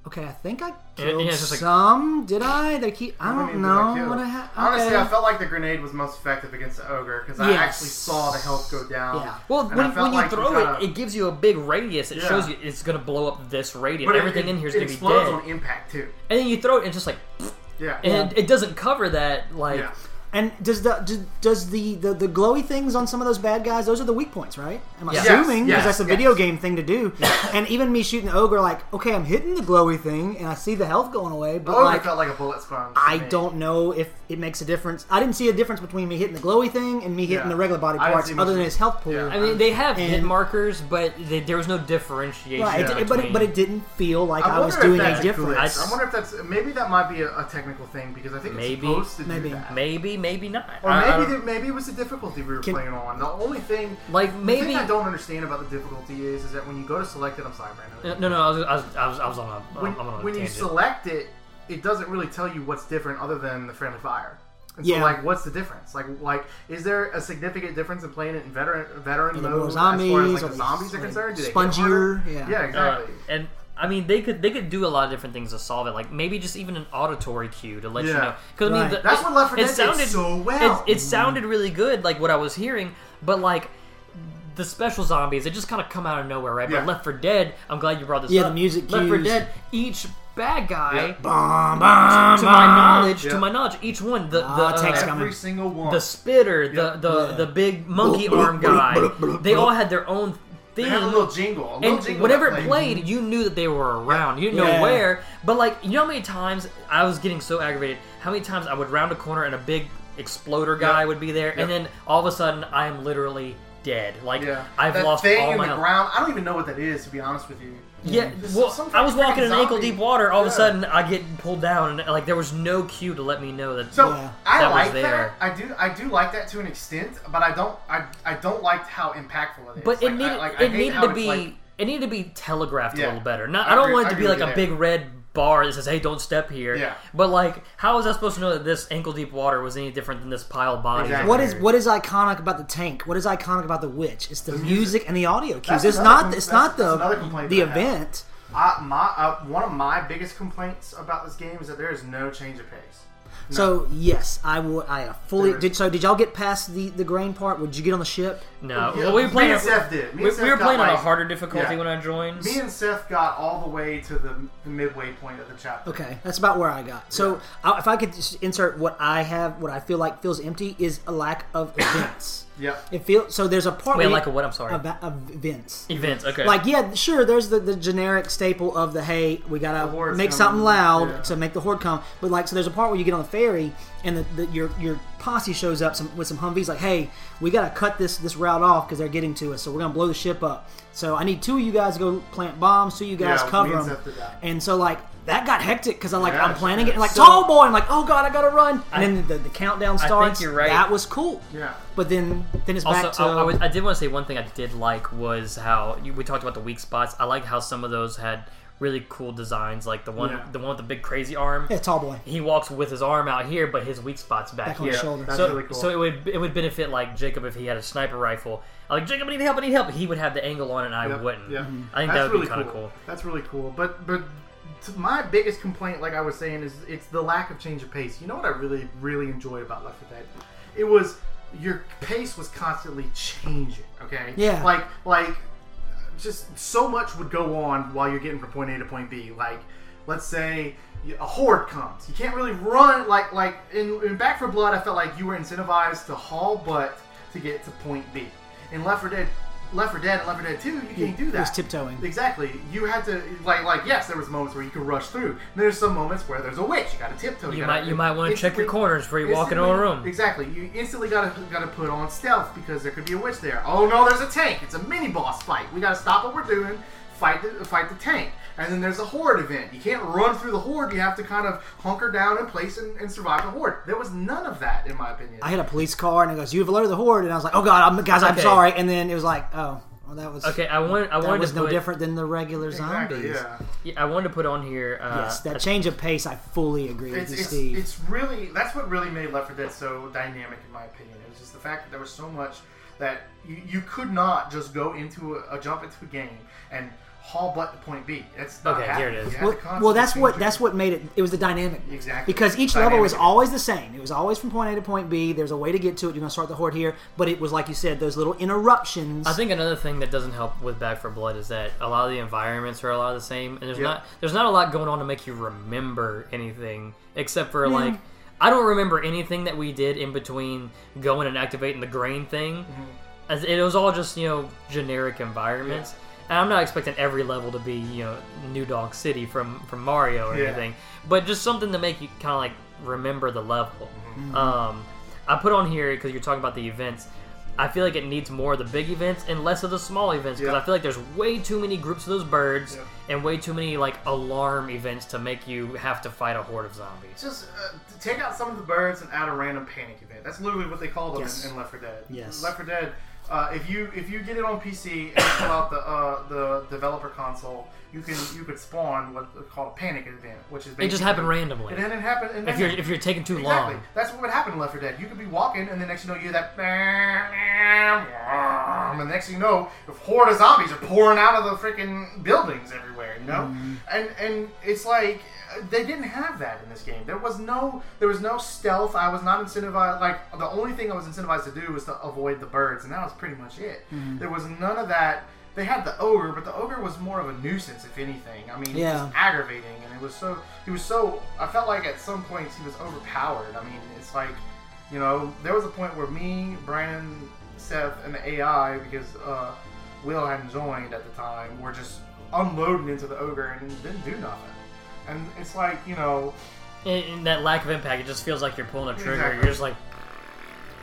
[SPEAKER 4] okay, I think I
[SPEAKER 2] Yeah, yeah,
[SPEAKER 4] killed
[SPEAKER 2] it's just like-
[SPEAKER 4] some. Did I? They keep. I
[SPEAKER 3] How many
[SPEAKER 4] don't
[SPEAKER 3] did
[SPEAKER 4] know.
[SPEAKER 3] I kill?
[SPEAKER 4] what I ha-
[SPEAKER 3] Honestly,
[SPEAKER 4] okay.
[SPEAKER 3] I felt like the grenade was most effective against the ogre because I
[SPEAKER 4] Yes.
[SPEAKER 3] actually saw the health go down.
[SPEAKER 4] Yeah.
[SPEAKER 2] Well,
[SPEAKER 3] And I
[SPEAKER 2] when,
[SPEAKER 3] felt
[SPEAKER 2] when you
[SPEAKER 3] like
[SPEAKER 2] throw
[SPEAKER 3] kinda-
[SPEAKER 2] it, it gives you a big radius. It
[SPEAKER 3] Yeah.
[SPEAKER 2] shows you it's going to blow up this radius.
[SPEAKER 3] but it-
[SPEAKER 2] Everything
[SPEAKER 3] it-
[SPEAKER 2] in here is
[SPEAKER 3] it
[SPEAKER 2] going to be
[SPEAKER 3] explodes
[SPEAKER 2] dead.
[SPEAKER 3] on impact too.
[SPEAKER 2] And then you throw it and it's just like,
[SPEAKER 3] Yeah.
[SPEAKER 2] and it doesn't cover that. Like,
[SPEAKER 3] Yeah.
[SPEAKER 4] And does the do, does the, the the glowy things on some of those bad guys? Those are the weak points, right? I'm
[SPEAKER 2] Yes.
[SPEAKER 4] assuming
[SPEAKER 3] Yes,
[SPEAKER 4] because that's a
[SPEAKER 3] yes.
[SPEAKER 4] video game thing to do. and even me shooting the ogre, like, okay, I'm hitting the glowy thing, and I see the health going away, but
[SPEAKER 3] Ogre
[SPEAKER 4] like,
[SPEAKER 3] felt like a bullet sponge. to
[SPEAKER 4] I
[SPEAKER 3] me.
[SPEAKER 4] don't know if it makes a difference. I didn't see a difference between me hitting the glowy thing and me hitting
[SPEAKER 3] Yeah.
[SPEAKER 4] the regular body
[SPEAKER 3] I didn't
[SPEAKER 4] parts,
[SPEAKER 3] see much
[SPEAKER 4] other than
[SPEAKER 3] of-
[SPEAKER 4] his health pool.
[SPEAKER 3] Yeah.
[SPEAKER 2] I mean, they have hit
[SPEAKER 4] And-
[SPEAKER 2] markers, but they, there was no differentiation.
[SPEAKER 4] Right, it- it- but it,
[SPEAKER 2] between-
[SPEAKER 4] but it didn't feel like
[SPEAKER 3] I
[SPEAKER 4] I,
[SPEAKER 3] wonder
[SPEAKER 4] was
[SPEAKER 3] if
[SPEAKER 4] doing
[SPEAKER 3] that's
[SPEAKER 4] a
[SPEAKER 3] a
[SPEAKER 4] difference.
[SPEAKER 3] glitch. I wonder if that's maybe that might be a, a technical thing because I think
[SPEAKER 2] Maybe.
[SPEAKER 3] it's supposed to
[SPEAKER 4] Maybe.
[SPEAKER 3] do that.
[SPEAKER 2] maybe, maybe not.
[SPEAKER 3] Or
[SPEAKER 2] I- I
[SPEAKER 3] maybe
[SPEAKER 2] don't-
[SPEAKER 3] the, maybe it was the difficulty we were
[SPEAKER 4] Can-
[SPEAKER 3] playing on. The only thing
[SPEAKER 2] like
[SPEAKER 3] the
[SPEAKER 2] maybe.
[SPEAKER 3] thing I don't understand about the difficulty is is that when you go to select it, I'm sorry, Brandon.
[SPEAKER 2] No, no, I was, I was, I was, I was on a.
[SPEAKER 3] when
[SPEAKER 2] I'm on a
[SPEAKER 3] when you
[SPEAKER 2] tangent.
[SPEAKER 3] select it, it doesn't really tell you what's different other than the friendly fire. And
[SPEAKER 4] Yeah.
[SPEAKER 3] So like, what's the difference? Like, like, is there a significant difference in playing it in veteran veteran
[SPEAKER 4] Are there more
[SPEAKER 3] mode as far as
[SPEAKER 4] zombies?
[SPEAKER 3] like,
[SPEAKER 4] Are
[SPEAKER 3] the
[SPEAKER 4] they
[SPEAKER 3] zombies are
[SPEAKER 4] like
[SPEAKER 3] concerned? Do they hit
[SPEAKER 4] spongier?
[SPEAKER 3] harder?
[SPEAKER 4] Yeah.
[SPEAKER 3] yeah,
[SPEAKER 2] Uh,
[SPEAKER 3] exactly.
[SPEAKER 2] and I mean, they could they could do a lot of different things to solve it. Like maybe just even an auditory cue to let you
[SPEAKER 3] Yeah.
[SPEAKER 2] know. Because I mean,
[SPEAKER 4] Right.
[SPEAKER 2] the-
[SPEAKER 3] That's
[SPEAKER 2] it-
[SPEAKER 3] what Left 4
[SPEAKER 2] it
[SPEAKER 3] Dead did
[SPEAKER 2] sounded
[SPEAKER 3] so well.
[SPEAKER 2] It, it sounded really good, like what I was hearing. But like the special zombies, they just kind of come out of nowhere, right?
[SPEAKER 3] Yeah.
[SPEAKER 2] But Left for Dead, I'm glad you brought this
[SPEAKER 4] Yeah,
[SPEAKER 2] up.
[SPEAKER 4] the music
[SPEAKER 2] Left for
[SPEAKER 4] cues.
[SPEAKER 2] Dead, each bad guy.
[SPEAKER 3] Yeah.
[SPEAKER 4] Bum, bum,
[SPEAKER 2] To my
[SPEAKER 4] bum.
[SPEAKER 2] knowledge,
[SPEAKER 3] Yeah.
[SPEAKER 2] to my knowledge, each one the the,
[SPEAKER 4] Ah,
[SPEAKER 2] uh,
[SPEAKER 4] text
[SPEAKER 3] Every
[SPEAKER 4] coming.
[SPEAKER 3] single one.
[SPEAKER 2] the spitter, the
[SPEAKER 3] Yeah.
[SPEAKER 2] the,
[SPEAKER 4] Yeah.
[SPEAKER 2] the big monkey
[SPEAKER 4] Bloop, bloop,
[SPEAKER 2] arm guy,
[SPEAKER 4] bloop, bloop, bloop,
[SPEAKER 2] they all
[SPEAKER 4] bloop.
[SPEAKER 2] had their own thing
[SPEAKER 3] they have a little jingle. A little
[SPEAKER 2] and
[SPEAKER 3] jingle
[SPEAKER 2] whenever
[SPEAKER 3] that
[SPEAKER 2] it played, you knew that they were around. You didn't
[SPEAKER 4] Yeah.
[SPEAKER 2] know where, but like you know how many times I was getting so aggravated. How many times I would round a corner and a big exploder guy
[SPEAKER 3] Yep.
[SPEAKER 2] would be there,
[SPEAKER 3] Yep.
[SPEAKER 2] and then all of a sudden I am literally dead. Like
[SPEAKER 3] Yeah.
[SPEAKER 2] I've
[SPEAKER 3] that
[SPEAKER 2] lost
[SPEAKER 3] thing
[SPEAKER 2] all
[SPEAKER 3] in
[SPEAKER 2] my.
[SPEAKER 3] the
[SPEAKER 2] health.
[SPEAKER 3] ground. I don't even know what that is to be honest with you.
[SPEAKER 2] Yeah,
[SPEAKER 3] Just
[SPEAKER 2] well,
[SPEAKER 3] some
[SPEAKER 2] I was
[SPEAKER 3] freaking
[SPEAKER 2] walking in
[SPEAKER 3] zombie.
[SPEAKER 2] ankle deep water. All of a
[SPEAKER 3] Yeah.
[SPEAKER 2] sudden, I get pulled down, and like there was no cue to let me know that.
[SPEAKER 3] So
[SPEAKER 4] Yeah.
[SPEAKER 3] I
[SPEAKER 2] That was
[SPEAKER 3] like
[SPEAKER 2] there.
[SPEAKER 3] that. I do. I do like that to an extent, but I don't. I, I don't like how impactful it is.
[SPEAKER 2] but
[SPEAKER 3] Like,
[SPEAKER 2] it
[SPEAKER 3] I-
[SPEAKER 2] needed
[SPEAKER 3] like, I
[SPEAKER 2] it
[SPEAKER 3] hate
[SPEAKER 2] needed
[SPEAKER 3] how
[SPEAKER 2] to
[SPEAKER 3] it's,
[SPEAKER 2] be
[SPEAKER 3] like-
[SPEAKER 2] it needed to be telegraphed
[SPEAKER 3] Yeah.
[SPEAKER 2] a little better. Not
[SPEAKER 3] I
[SPEAKER 2] I, don't
[SPEAKER 3] agree-
[SPEAKER 2] want it
[SPEAKER 3] I
[SPEAKER 2] to be
[SPEAKER 3] agree
[SPEAKER 2] like
[SPEAKER 3] with
[SPEAKER 2] a
[SPEAKER 3] you
[SPEAKER 2] big red bar that says "Hey, don't step here."
[SPEAKER 3] Yeah.
[SPEAKER 2] But like, how was I supposed to know that this ankle deep water was any different than this pile of bodies?
[SPEAKER 3] Exactly.
[SPEAKER 4] What is what is iconic about the tank? What is iconic about the witch? It's the, music and the audio
[SPEAKER 3] That's
[SPEAKER 4] cues. It's
[SPEAKER 3] another
[SPEAKER 4] not
[SPEAKER 3] com-
[SPEAKER 4] it's
[SPEAKER 3] that's-
[SPEAKER 4] not
[SPEAKER 3] that's
[SPEAKER 4] the
[SPEAKER 3] another complaint
[SPEAKER 4] the
[SPEAKER 3] that I have.
[SPEAKER 4] event.
[SPEAKER 3] I, my uh, one of my biggest complaints about this game is that there is no change of pace.
[SPEAKER 4] So yes, I would. I uh, fully
[SPEAKER 3] There-
[SPEAKER 4] did. So did y'all get past the the grain part? Would you get on the ship?
[SPEAKER 2] No,
[SPEAKER 3] Yeah,
[SPEAKER 2] well, we were
[SPEAKER 3] me
[SPEAKER 2] playing.
[SPEAKER 3] and Seth did. Me
[SPEAKER 2] we,
[SPEAKER 3] and
[SPEAKER 2] we were
[SPEAKER 3] Seth got,
[SPEAKER 2] playing on a
[SPEAKER 3] like-
[SPEAKER 2] harder difficulty
[SPEAKER 3] yeah.
[SPEAKER 2] when I joined.
[SPEAKER 3] Me and Seth got all the way to the, the midway point of the chapter.
[SPEAKER 4] Okay, that's about where I got. So I, if I could just insert what I have, what I feel like feels empty is a lack of events.
[SPEAKER 3] Yep.
[SPEAKER 4] It feels so. There's a part.
[SPEAKER 2] Wait,
[SPEAKER 4] where you-
[SPEAKER 2] like a what? I'm sorry.
[SPEAKER 4] Eva- of events.
[SPEAKER 2] Events. Okay.
[SPEAKER 4] Like yeah, sure. There's the, the generic staple of the hey, we gotta
[SPEAKER 3] horde's
[SPEAKER 4] make
[SPEAKER 3] coming,
[SPEAKER 4] something loud
[SPEAKER 3] yeah.
[SPEAKER 4] to make the horde come. But like, so there's a part where you get on the ferry and the, the, your your posse shows up some, with some Humvees. Like, hey, we gotta cut this this route off because they're getting to us. So we're gonna blow the ship up. So I need two of you guys to go plant bombs. Two of you guys
[SPEAKER 3] Yeah,
[SPEAKER 4] cover
[SPEAKER 3] we
[SPEAKER 4] them.
[SPEAKER 3] accepted that.
[SPEAKER 4] And so like that got hectic because I like
[SPEAKER 3] Yeah,
[SPEAKER 4] I'm planning it. And, like
[SPEAKER 2] So-
[SPEAKER 4] tall boy, I'm like oh god, I gotta run. And
[SPEAKER 2] I-
[SPEAKER 4] then the, the countdown starts.
[SPEAKER 2] you're right.
[SPEAKER 4] That was cool.
[SPEAKER 3] Yeah.
[SPEAKER 4] But then then it's
[SPEAKER 2] Also,
[SPEAKER 4] back to
[SPEAKER 2] I, I, was- I did want to say one thing I did like was how you, we talked about the weak spots. I like how some of those had really cool designs, like the one
[SPEAKER 3] Yeah.
[SPEAKER 2] the one with the big crazy arm.
[SPEAKER 4] yeah, tall boy.
[SPEAKER 2] He walks with his arm out here, but his weak spot's back,
[SPEAKER 4] Back on
[SPEAKER 2] here.
[SPEAKER 4] his shoulder.
[SPEAKER 3] That's
[SPEAKER 2] so,
[SPEAKER 3] really cool.
[SPEAKER 2] so it would it would benefit like Jacob if he had a sniper rifle. Like Jacob, I need help! I need help! He would have the angle on it, and I
[SPEAKER 3] Yep,
[SPEAKER 2] wouldn't.
[SPEAKER 3] yeah.
[SPEAKER 2] I think
[SPEAKER 3] That's
[SPEAKER 2] that would
[SPEAKER 3] really
[SPEAKER 2] be kind of
[SPEAKER 3] cool.
[SPEAKER 2] cool.
[SPEAKER 3] That's really cool. But but t- my biggest complaint, like I was saying, is it's the lack of change of pace. You know what I really really enjoyed about Left 4 Dead? It was your pace was constantly changing. Okay.
[SPEAKER 4] Yeah.
[SPEAKER 3] Like like just so much would go on while you're getting from point A to point B. Like let's say you- a horde comes, you can't really run. Like like in, in Back for Blood, I felt like you were incentivized to haul butt to get to point B. In Left 4 Dead. Left 4 Dead and Left 4 Dead 2, you can't do that.
[SPEAKER 4] was tiptoeing.
[SPEAKER 3] Exactly. You had to like like yes, there was moments where you could rush through. And there's some moments where there's a witch. You got to tiptoe.
[SPEAKER 2] You
[SPEAKER 3] gotta-
[SPEAKER 2] might you might want to check your
[SPEAKER 3] instantly-
[SPEAKER 2] corners before you walk into a
[SPEAKER 3] instantly-
[SPEAKER 2] room.
[SPEAKER 3] Exactly. You instantly got to got to put on stealth because there could be a witch there. Oh no, there's a tank. It's a mini boss fight. We got to stop what we're doing. Fight the fight the tank. And then there's a horde event. You can't run through the horde. You have to kind of hunker down in place and, and survive the horde. There was none of that in my opinion.
[SPEAKER 4] I hit a police car and it goes, "You've alerted the horde," and I was like, "Oh God, I'm, guys, I'm
[SPEAKER 2] Okay.
[SPEAKER 4] sorry." And then it was like, "Oh, well, that was
[SPEAKER 2] Okay, I wanted I
[SPEAKER 4] that
[SPEAKER 2] wanted
[SPEAKER 4] was
[SPEAKER 2] to
[SPEAKER 4] no
[SPEAKER 2] put
[SPEAKER 4] different than the regular zombies."
[SPEAKER 3] Exactly. Yeah.
[SPEAKER 2] yeah, I wanted to put on here. Uh,
[SPEAKER 4] Yes,
[SPEAKER 2] a-
[SPEAKER 4] that change of pace, I fully agree
[SPEAKER 3] it's,
[SPEAKER 4] with you,
[SPEAKER 3] it's,
[SPEAKER 4] Steve.
[SPEAKER 3] it's really that's what really made Left 4 Dead so dynamic in my opinion. It was just the fact that there was so much that you, you could not just go into a, a jump into a game and haul butt to point B. That's not
[SPEAKER 2] Okay,
[SPEAKER 3] happening.
[SPEAKER 2] here it is.
[SPEAKER 3] You have to
[SPEAKER 4] well,
[SPEAKER 3] constantly
[SPEAKER 4] well, that's what
[SPEAKER 3] change
[SPEAKER 4] that's what made it. It was the dynamic
[SPEAKER 3] your- exactly
[SPEAKER 4] because each
[SPEAKER 3] Dynamic.
[SPEAKER 4] level was always the same. It was always from point A to point B. There's a way to get to it. You're gonna start the horde here, but it was like you said, those little interruptions.
[SPEAKER 2] I think another thing that doesn't help with Back for Blood is that a lot of the environments are a lot of the same, and there's
[SPEAKER 3] Yeah.
[SPEAKER 2] not there's not a lot going on to make you remember anything except for like I don't remember anything that we did in between going and activating the grain thing.
[SPEAKER 3] Mm-hmm.
[SPEAKER 2] As it was all just you know generic environments. And I'm not expecting every level to be you know New Dog City from from Mario or
[SPEAKER 3] Yeah.
[SPEAKER 2] anything, but just something to make you kind of like remember the level.
[SPEAKER 3] Mm-hmm.
[SPEAKER 2] Um, I put on here because you're talking about the events. I feel like it needs more of the big events and less of the small events because
[SPEAKER 3] Yeah.
[SPEAKER 2] I feel like there's way too many groups of those birds
[SPEAKER 3] Yeah.
[SPEAKER 2] and way too many like alarm events to make you have to fight a horde of zombies.
[SPEAKER 3] Just uh, to take out some of the birds and add a random panic event. That's literally what they called them
[SPEAKER 4] Yes.
[SPEAKER 3] in, in Left 4 Dead.
[SPEAKER 4] Yes.
[SPEAKER 3] Left 4 Dead. Uh, if you if you get it on PC and pull out the uh, the developer console, you can you could spawn what's called a panic event, which is basically,
[SPEAKER 2] It just happened randomly.
[SPEAKER 3] And then it happened. And
[SPEAKER 2] If you're if you're taking too
[SPEAKER 3] exactly
[SPEAKER 2] long,
[SPEAKER 3] that's what would happen in Left 4 Dead. You could be walking and the next you know you hear that, and the next thing you know, the horde of zombies are pouring out of the freaking buildings everywhere. You know,
[SPEAKER 2] Mm-hmm.
[SPEAKER 3] and and it's like uh, they didn't have that in this game. There was no there was no stealth. I was not incentivized. Like the only thing I was incentivized to do was to avoid the birds, and that was pretty much it.
[SPEAKER 2] Mm-hmm.
[SPEAKER 3] There was none of that. They had the ogre, but the ogre was more of a nuisance, if anything. I mean, he
[SPEAKER 4] Yeah.
[SPEAKER 3] was aggravating, and it was so he was so. I felt like at some points he was overpowered. I mean, it's like you know, there was a point where me, Brandon, Seth, and the AI, because uh, Will hadn't joined at the time, were just unloading into the ogre and didn't do nothing. And it's like, you know,
[SPEAKER 2] in, in that lack of impact, it just feels like you're pulling a trigger.
[SPEAKER 3] Exactly.
[SPEAKER 2] You're just like,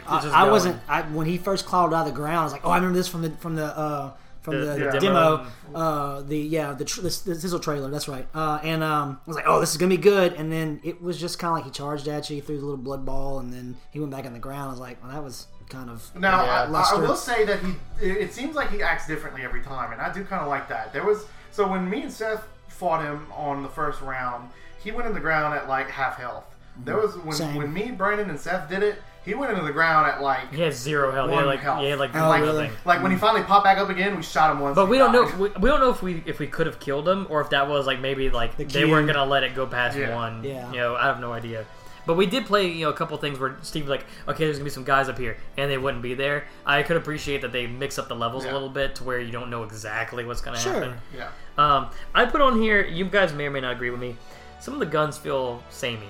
[SPEAKER 4] I,
[SPEAKER 2] just
[SPEAKER 4] I
[SPEAKER 2] going.
[SPEAKER 4] wasn't. I, when he first crawled out of the ground, I was like, "Oh, I remember this from the from the uh, from
[SPEAKER 2] The-
[SPEAKER 4] the,
[SPEAKER 2] the
[SPEAKER 4] demo,
[SPEAKER 2] demo.
[SPEAKER 4] uh, the yeah, the, tr- the, the sizzle trailer. That's right." Uh, and um, I was like, "Oh, this is gonna be good." And then it was just kind of like he charged at you, he threw the little blood ball, and then he went back on the ground. I was like, "Well, that was kind of
[SPEAKER 3] Now,
[SPEAKER 2] Yeah,
[SPEAKER 3] I- I, I
[SPEAKER 4] luster.
[SPEAKER 3] will say that he, it it seems like he acts differently every time, and I do kind of like that. There was, so when me and Seth fought him on the first round, he went in the ground at like half health. There was, when,
[SPEAKER 4] Same.
[SPEAKER 3] when me, Brandon, and Seth did it, he went into the ground at like,
[SPEAKER 2] he has zero health. He
[SPEAKER 3] One
[SPEAKER 2] had like,
[SPEAKER 3] health.
[SPEAKER 2] he had like
[SPEAKER 4] Oh,
[SPEAKER 2] one
[SPEAKER 4] really?
[SPEAKER 2] nothing.
[SPEAKER 3] like when he finally popped back up again, we shot him once.
[SPEAKER 2] But
[SPEAKER 3] he
[SPEAKER 2] we don't know.
[SPEAKER 3] died.
[SPEAKER 2] If we, we don't know if we if we could have killed him or if that was like maybe like they
[SPEAKER 4] cue.
[SPEAKER 2] weren't gonna let it go past
[SPEAKER 3] Yeah.
[SPEAKER 2] one.
[SPEAKER 4] Yeah.
[SPEAKER 2] You know, I have no idea. But we did play you know a couple things where Steve was like, okay, there's gonna be some guys up here, and they wouldn't be there. I could appreciate that they mix up the levels a
[SPEAKER 3] Yeah.
[SPEAKER 2] little bit to where you don't know exactly what's gonna
[SPEAKER 4] Sure.
[SPEAKER 2] happen.
[SPEAKER 3] Yeah.
[SPEAKER 2] Um, I put on here. You guys may or may not agree with me. Some of the guns feel samey.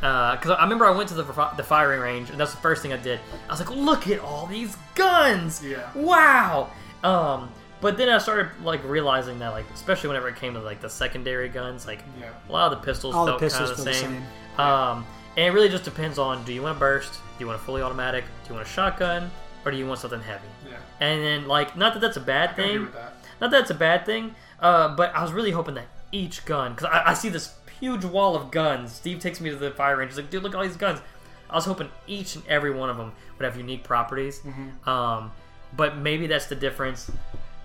[SPEAKER 2] Because I remember I went to the fi- the firing range, and that's the first thing I did. I was like, "Look at all these guns!
[SPEAKER 3] Yeah.
[SPEAKER 2] Wow!" Um, but then I started like realizing that, like, especially whenever it came to like the secondary guns, like
[SPEAKER 3] Yeah.
[SPEAKER 2] a lot of the pistols
[SPEAKER 4] All the
[SPEAKER 2] felt kind
[SPEAKER 4] pistols
[SPEAKER 2] of the
[SPEAKER 4] feel the
[SPEAKER 2] same. Um, and it really just depends on: do you want a burst? Do you want a fully automatic? Do you want a shotgun? Or do you want something heavy?
[SPEAKER 3] Yeah.
[SPEAKER 2] And then, like, not that that's a bad
[SPEAKER 3] I agree
[SPEAKER 2] thing.
[SPEAKER 3] with that.
[SPEAKER 2] Not that it's a bad thing, uh, but I was really hoping that each gun, because I, I see this huge wall of guns. Steve takes me to the fire range. He's like, dude, look at all these guns. I was hoping each and every one of them would have unique properties.
[SPEAKER 3] Mm-hmm.
[SPEAKER 2] Um, but maybe that's the difference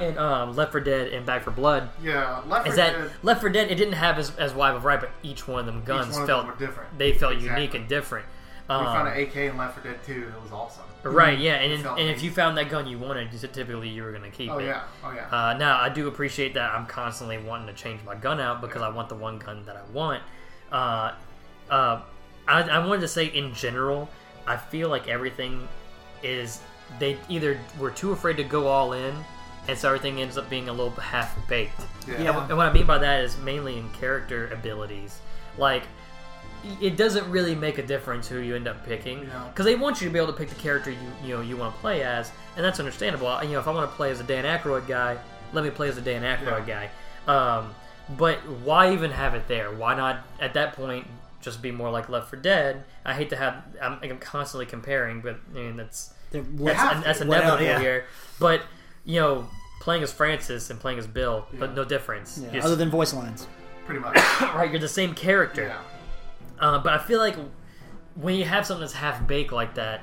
[SPEAKER 2] in um, Left 4 Dead and Back 4 Blood.
[SPEAKER 3] Yeah. Left
[SPEAKER 2] Is
[SPEAKER 3] 4
[SPEAKER 2] that
[SPEAKER 3] Dead-
[SPEAKER 2] Left 4 Dead? It didn't have as, as wide of a variety, but each one of them guns
[SPEAKER 3] one of them
[SPEAKER 2] felt
[SPEAKER 3] were different.
[SPEAKER 2] They felt
[SPEAKER 3] Exactly.
[SPEAKER 2] unique and different.
[SPEAKER 3] We
[SPEAKER 2] Um,
[SPEAKER 3] found an AK in Left 4 Dead 2. It was awesome.
[SPEAKER 2] right? Yeah, and,
[SPEAKER 3] felt
[SPEAKER 2] and if
[SPEAKER 3] unique.
[SPEAKER 2] you found that gun you wanted, you said typically you were going to keep
[SPEAKER 3] Oh
[SPEAKER 2] it.
[SPEAKER 3] yeah. Oh yeah.
[SPEAKER 2] Uh, now I do appreciate that I'm constantly wanting to change my gun out because I want the one gun that I want. Uh, uh, I, I wanted to say in general, I feel like everything is they either were too afraid to go all in, and so everything ends up being a little half baked.
[SPEAKER 3] yeah.
[SPEAKER 4] yeah.
[SPEAKER 2] And what I mean by that is mainly in character abilities, like. It doesn't really make a difference who you end up picking
[SPEAKER 3] Yeah.
[SPEAKER 2] because they want you to be able to pick the character you you know you want to play as, and that's understandable. I- You know, if I want to play as a Dan Aykroyd guy, let me play as a Dan Aykroyd guy. Um, but why even have it there? Why not at that point just be more like Left for Dead? I hate to have I'm, I'm constantly comparing, but I mean that's
[SPEAKER 4] They're-
[SPEAKER 2] that's, and that's
[SPEAKER 4] Well,
[SPEAKER 2] inevitable
[SPEAKER 4] yeah.
[SPEAKER 2] here. But you know, playing as Francis and playing as Bill, but no difference.
[SPEAKER 4] Yeah,
[SPEAKER 2] You're
[SPEAKER 4] other
[SPEAKER 2] s-
[SPEAKER 4] than voice lines.
[SPEAKER 3] Pretty much.
[SPEAKER 2] right, you're the same character.
[SPEAKER 3] yeah.
[SPEAKER 2] Uh, but I feel like when you have something that's half baked like that,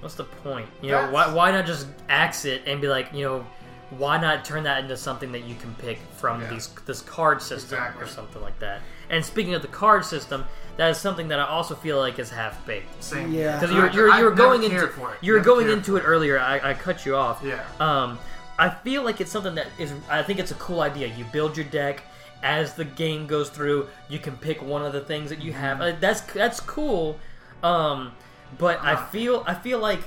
[SPEAKER 2] what's the point? You know,
[SPEAKER 3] That's-
[SPEAKER 2] why, why not just axe it and be like, you know, why not turn that into something that you can pick from
[SPEAKER 3] Yeah.
[SPEAKER 2] these this card system or
[SPEAKER 3] Exactly.
[SPEAKER 2] something like that? And speaking of the card system, that is something that I also feel like is half baked
[SPEAKER 3] Same.
[SPEAKER 4] Yeah.
[SPEAKER 2] because
[SPEAKER 3] I-
[SPEAKER 2] you're, you're,
[SPEAKER 3] I've
[SPEAKER 2] you're
[SPEAKER 3] never
[SPEAKER 2] going
[SPEAKER 3] cared
[SPEAKER 2] into
[SPEAKER 3] for it.
[SPEAKER 2] you're
[SPEAKER 3] Never
[SPEAKER 2] going
[SPEAKER 3] cared
[SPEAKER 2] into it earlier. I, I cut you off.
[SPEAKER 3] Yeah.
[SPEAKER 2] Um, I feel like it's something that is. I think it's a cool idea. You build your deck as the game goes through. You can pick one of the things that you have.
[SPEAKER 3] Mm-hmm.
[SPEAKER 2] Uh, that's that's cool. Um, but I
[SPEAKER 3] Uh-huh.
[SPEAKER 2] feel I feel like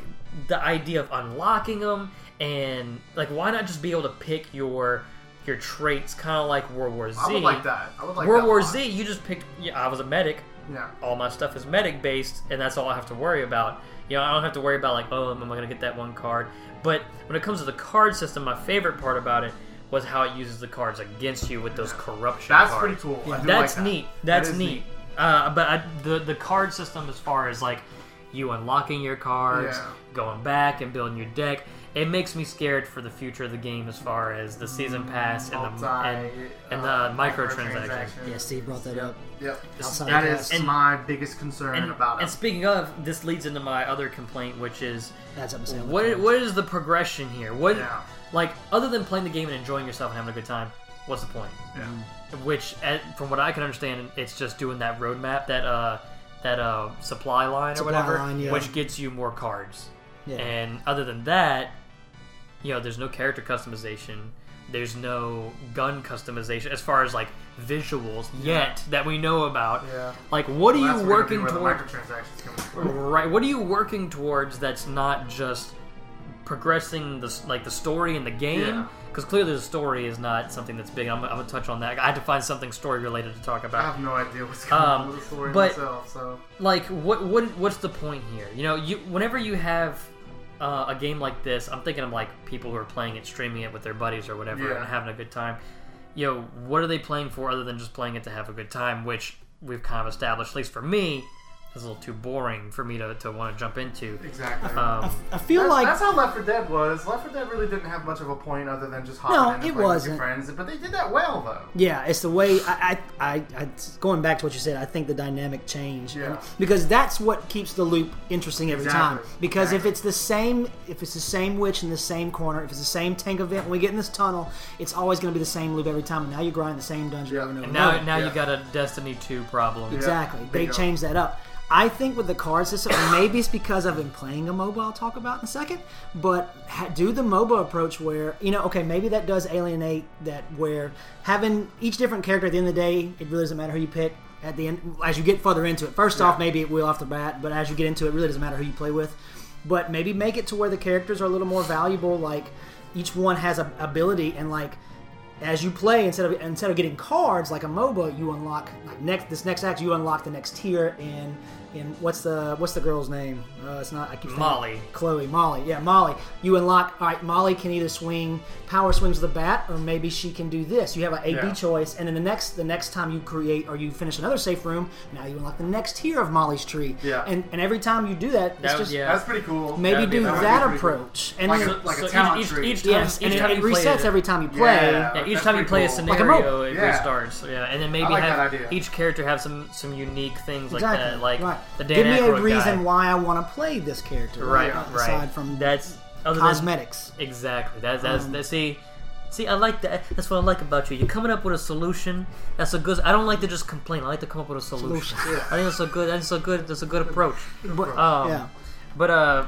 [SPEAKER 2] the idea of unlocking them and like why not just be able to pick your your traits, kind of like World War Z.
[SPEAKER 3] I would like that. I would like
[SPEAKER 2] World
[SPEAKER 3] that a
[SPEAKER 2] War
[SPEAKER 3] lot.
[SPEAKER 2] Z, you just picked. Yeah, I was a medic.
[SPEAKER 3] Yeah.
[SPEAKER 2] all my stuff is medic based, and that's all I have to worry about. You know, I don't have to worry about like, oh, am I gonna get that one card? But when it comes to the card system, my favorite part about it was how it uses the cards against you with those corruption.
[SPEAKER 3] That's
[SPEAKER 2] cards.
[SPEAKER 3] pretty cool. I do
[SPEAKER 2] That's
[SPEAKER 3] like that.
[SPEAKER 2] neat. That's
[SPEAKER 3] That is
[SPEAKER 2] neat. Uh, but I, the the card system, as far as like you unlocking your cards,
[SPEAKER 3] Yeah.
[SPEAKER 2] going back and building your deck, it makes me scared for the future of the game as far as the season pass and the
[SPEAKER 3] Multi,
[SPEAKER 2] and, and the
[SPEAKER 3] uh,
[SPEAKER 2] microtransactions.
[SPEAKER 3] microtransactions.
[SPEAKER 4] Yeah, Steve brought that up.
[SPEAKER 3] Yep.
[SPEAKER 4] Outside
[SPEAKER 3] That
[SPEAKER 4] of
[SPEAKER 3] is
[SPEAKER 4] us.
[SPEAKER 3] my biggest concern
[SPEAKER 2] And,
[SPEAKER 3] about
[SPEAKER 2] and
[SPEAKER 3] it.
[SPEAKER 2] speaking of, this leads into my other complaint, which is
[SPEAKER 4] That's up to
[SPEAKER 2] what i- what is the progression here? What
[SPEAKER 3] Yeah.
[SPEAKER 2] like other than playing the game and enjoying yourself and having a good time, what's the point?
[SPEAKER 3] Yeah.
[SPEAKER 2] Which, eh, from what I can understand, it's just doing that roadmap, that uh, that uh, supply line
[SPEAKER 4] Supply
[SPEAKER 2] or whatever,
[SPEAKER 4] line, yeah.
[SPEAKER 2] which gets you more cards.
[SPEAKER 4] Yeah.
[SPEAKER 2] And other than that, you know, there's no character customization. There's no gun customization as far as like visuals yet that we know about.
[SPEAKER 3] Yeah.
[SPEAKER 2] Like, what are
[SPEAKER 3] Well, that's
[SPEAKER 2] you
[SPEAKER 3] where the-
[SPEAKER 2] working
[SPEAKER 3] where the
[SPEAKER 2] toward?
[SPEAKER 3] microtransactions come in.
[SPEAKER 2] Right. What are you working towards that's not just progressing the s- like the story in the
[SPEAKER 3] Yeah.
[SPEAKER 2] game? Because clearly the story is not something that's big. I'm, I'm gonna touch on that. I had to find something story related to talk
[SPEAKER 3] I
[SPEAKER 2] about.
[SPEAKER 3] have no idea what's going
[SPEAKER 2] Um,
[SPEAKER 3] on with the story
[SPEAKER 2] but-
[SPEAKER 3] myself. So
[SPEAKER 2] Like what what what's the point here? You know, you whenever you have. Uh, a game like this, I'm thinking of like people who are playing it, streaming it with their buddies or whatever,
[SPEAKER 3] Yeah.
[SPEAKER 2] and having a good time. You know, what are they playing for other than just playing it to have a good time? Which we've kind of established, at least for me, is a little too boring for me to, to want to jump into.
[SPEAKER 3] exactly.
[SPEAKER 2] Um,
[SPEAKER 4] I feel
[SPEAKER 3] That's,
[SPEAKER 4] like
[SPEAKER 3] that's how Left 4 Dead was. Left 4 Dead really didn't have much of a point other than just hopping
[SPEAKER 4] No,
[SPEAKER 3] in and
[SPEAKER 4] it
[SPEAKER 3] playing with
[SPEAKER 4] wasn't.
[SPEAKER 3] your friends. But they did that well, though.
[SPEAKER 4] Yeah, it's the way I, I, I, I going back to what you said. I think the dynamic change,
[SPEAKER 3] Yeah.
[SPEAKER 4] because that's what keeps the loop interesting every
[SPEAKER 3] Exactly,
[SPEAKER 4] time. Because
[SPEAKER 3] exactly.
[SPEAKER 4] if it's the same, if it's the same witch in the same corner, if it's the same tank event, when we get in this tunnel, it's always going to be the same loop every time. And now you grind the same dungeon
[SPEAKER 3] Yeah.
[SPEAKER 4] over and over.
[SPEAKER 2] And now,
[SPEAKER 4] and over.
[SPEAKER 2] now
[SPEAKER 3] Yeah.
[SPEAKER 2] you got a Destiny 2 problem.
[SPEAKER 4] exactly, they
[SPEAKER 3] bingo.
[SPEAKER 4] change that up. I think with the card system, and maybe it's because I've been playing a MOBA. I'll talk about in a second, but ha- do the MOBA approach where you know, okay, maybe that does alienate that. Where having each different character at the end of the day, it really doesn't matter who you pick. At the end, as you get further into it, first off, maybe it will off the bat, but as you get into it, it really doesn't matter who you play with. But maybe make it to where the characters are a little more valuable. Like each one has a ability, and like as you play instead of instead of getting cards like a MOBA, you unlock like next this next act you unlock the next tier in in what's the what's the girl's name? Uh, it's not I keep thinking-
[SPEAKER 2] Molly.
[SPEAKER 4] Chloe, Molly, yeah, Molly. You unlock. All right, Molly can either swing power swings with a bat, or maybe she can do this. You have an A B
[SPEAKER 3] Yeah.
[SPEAKER 4] choice, and then the next the next time you create or you finish another safe room, now you unlock the next tier of Molly's tree.
[SPEAKER 3] Yeah.
[SPEAKER 4] and and every time you do that, it's
[SPEAKER 2] That-
[SPEAKER 4] just
[SPEAKER 2] yeah.
[SPEAKER 3] That's pretty cool.
[SPEAKER 4] maybe
[SPEAKER 2] That'd be
[SPEAKER 4] do
[SPEAKER 2] nice.
[SPEAKER 4] that,
[SPEAKER 3] That would be pretty
[SPEAKER 4] approach, and
[SPEAKER 3] Like
[SPEAKER 4] then,
[SPEAKER 3] a- like a
[SPEAKER 2] each-
[SPEAKER 3] talent
[SPEAKER 2] each,
[SPEAKER 3] tree.
[SPEAKER 2] each time,
[SPEAKER 4] yes,
[SPEAKER 2] each
[SPEAKER 4] and it,
[SPEAKER 2] time
[SPEAKER 4] it
[SPEAKER 2] you play
[SPEAKER 4] resets
[SPEAKER 2] it-
[SPEAKER 4] every time you play.
[SPEAKER 2] Yeah, each
[SPEAKER 3] That's
[SPEAKER 2] time you
[SPEAKER 3] pretty
[SPEAKER 2] play a
[SPEAKER 3] cool.
[SPEAKER 4] Like a remote.
[SPEAKER 2] scenario, it
[SPEAKER 3] Yeah.
[SPEAKER 2] restarts. Yeah, and then maybe
[SPEAKER 3] like
[SPEAKER 2] have
[SPEAKER 3] that idea.
[SPEAKER 2] each character have some some unique things like
[SPEAKER 4] exactly.
[SPEAKER 2] that, like
[SPEAKER 4] right.
[SPEAKER 2] the Dan
[SPEAKER 4] Give me a
[SPEAKER 2] Aykroyd
[SPEAKER 4] reason
[SPEAKER 2] guy.
[SPEAKER 4] why I want to play this character.
[SPEAKER 2] Right,
[SPEAKER 4] uh,
[SPEAKER 2] right.
[SPEAKER 4] Aside from Um,
[SPEAKER 2] That's other than
[SPEAKER 4] cosmetics.
[SPEAKER 2] Exactly. That's that's that, see. See, I like that. That's what I like about you. You're coming up with a solution. That's a good. I don't like to just complain. I like to come up with a solution.
[SPEAKER 4] Solution.
[SPEAKER 2] I think that's a good. That's a good. That's a good approach.
[SPEAKER 4] But,
[SPEAKER 2] Um,
[SPEAKER 4] yeah.
[SPEAKER 2] But uh,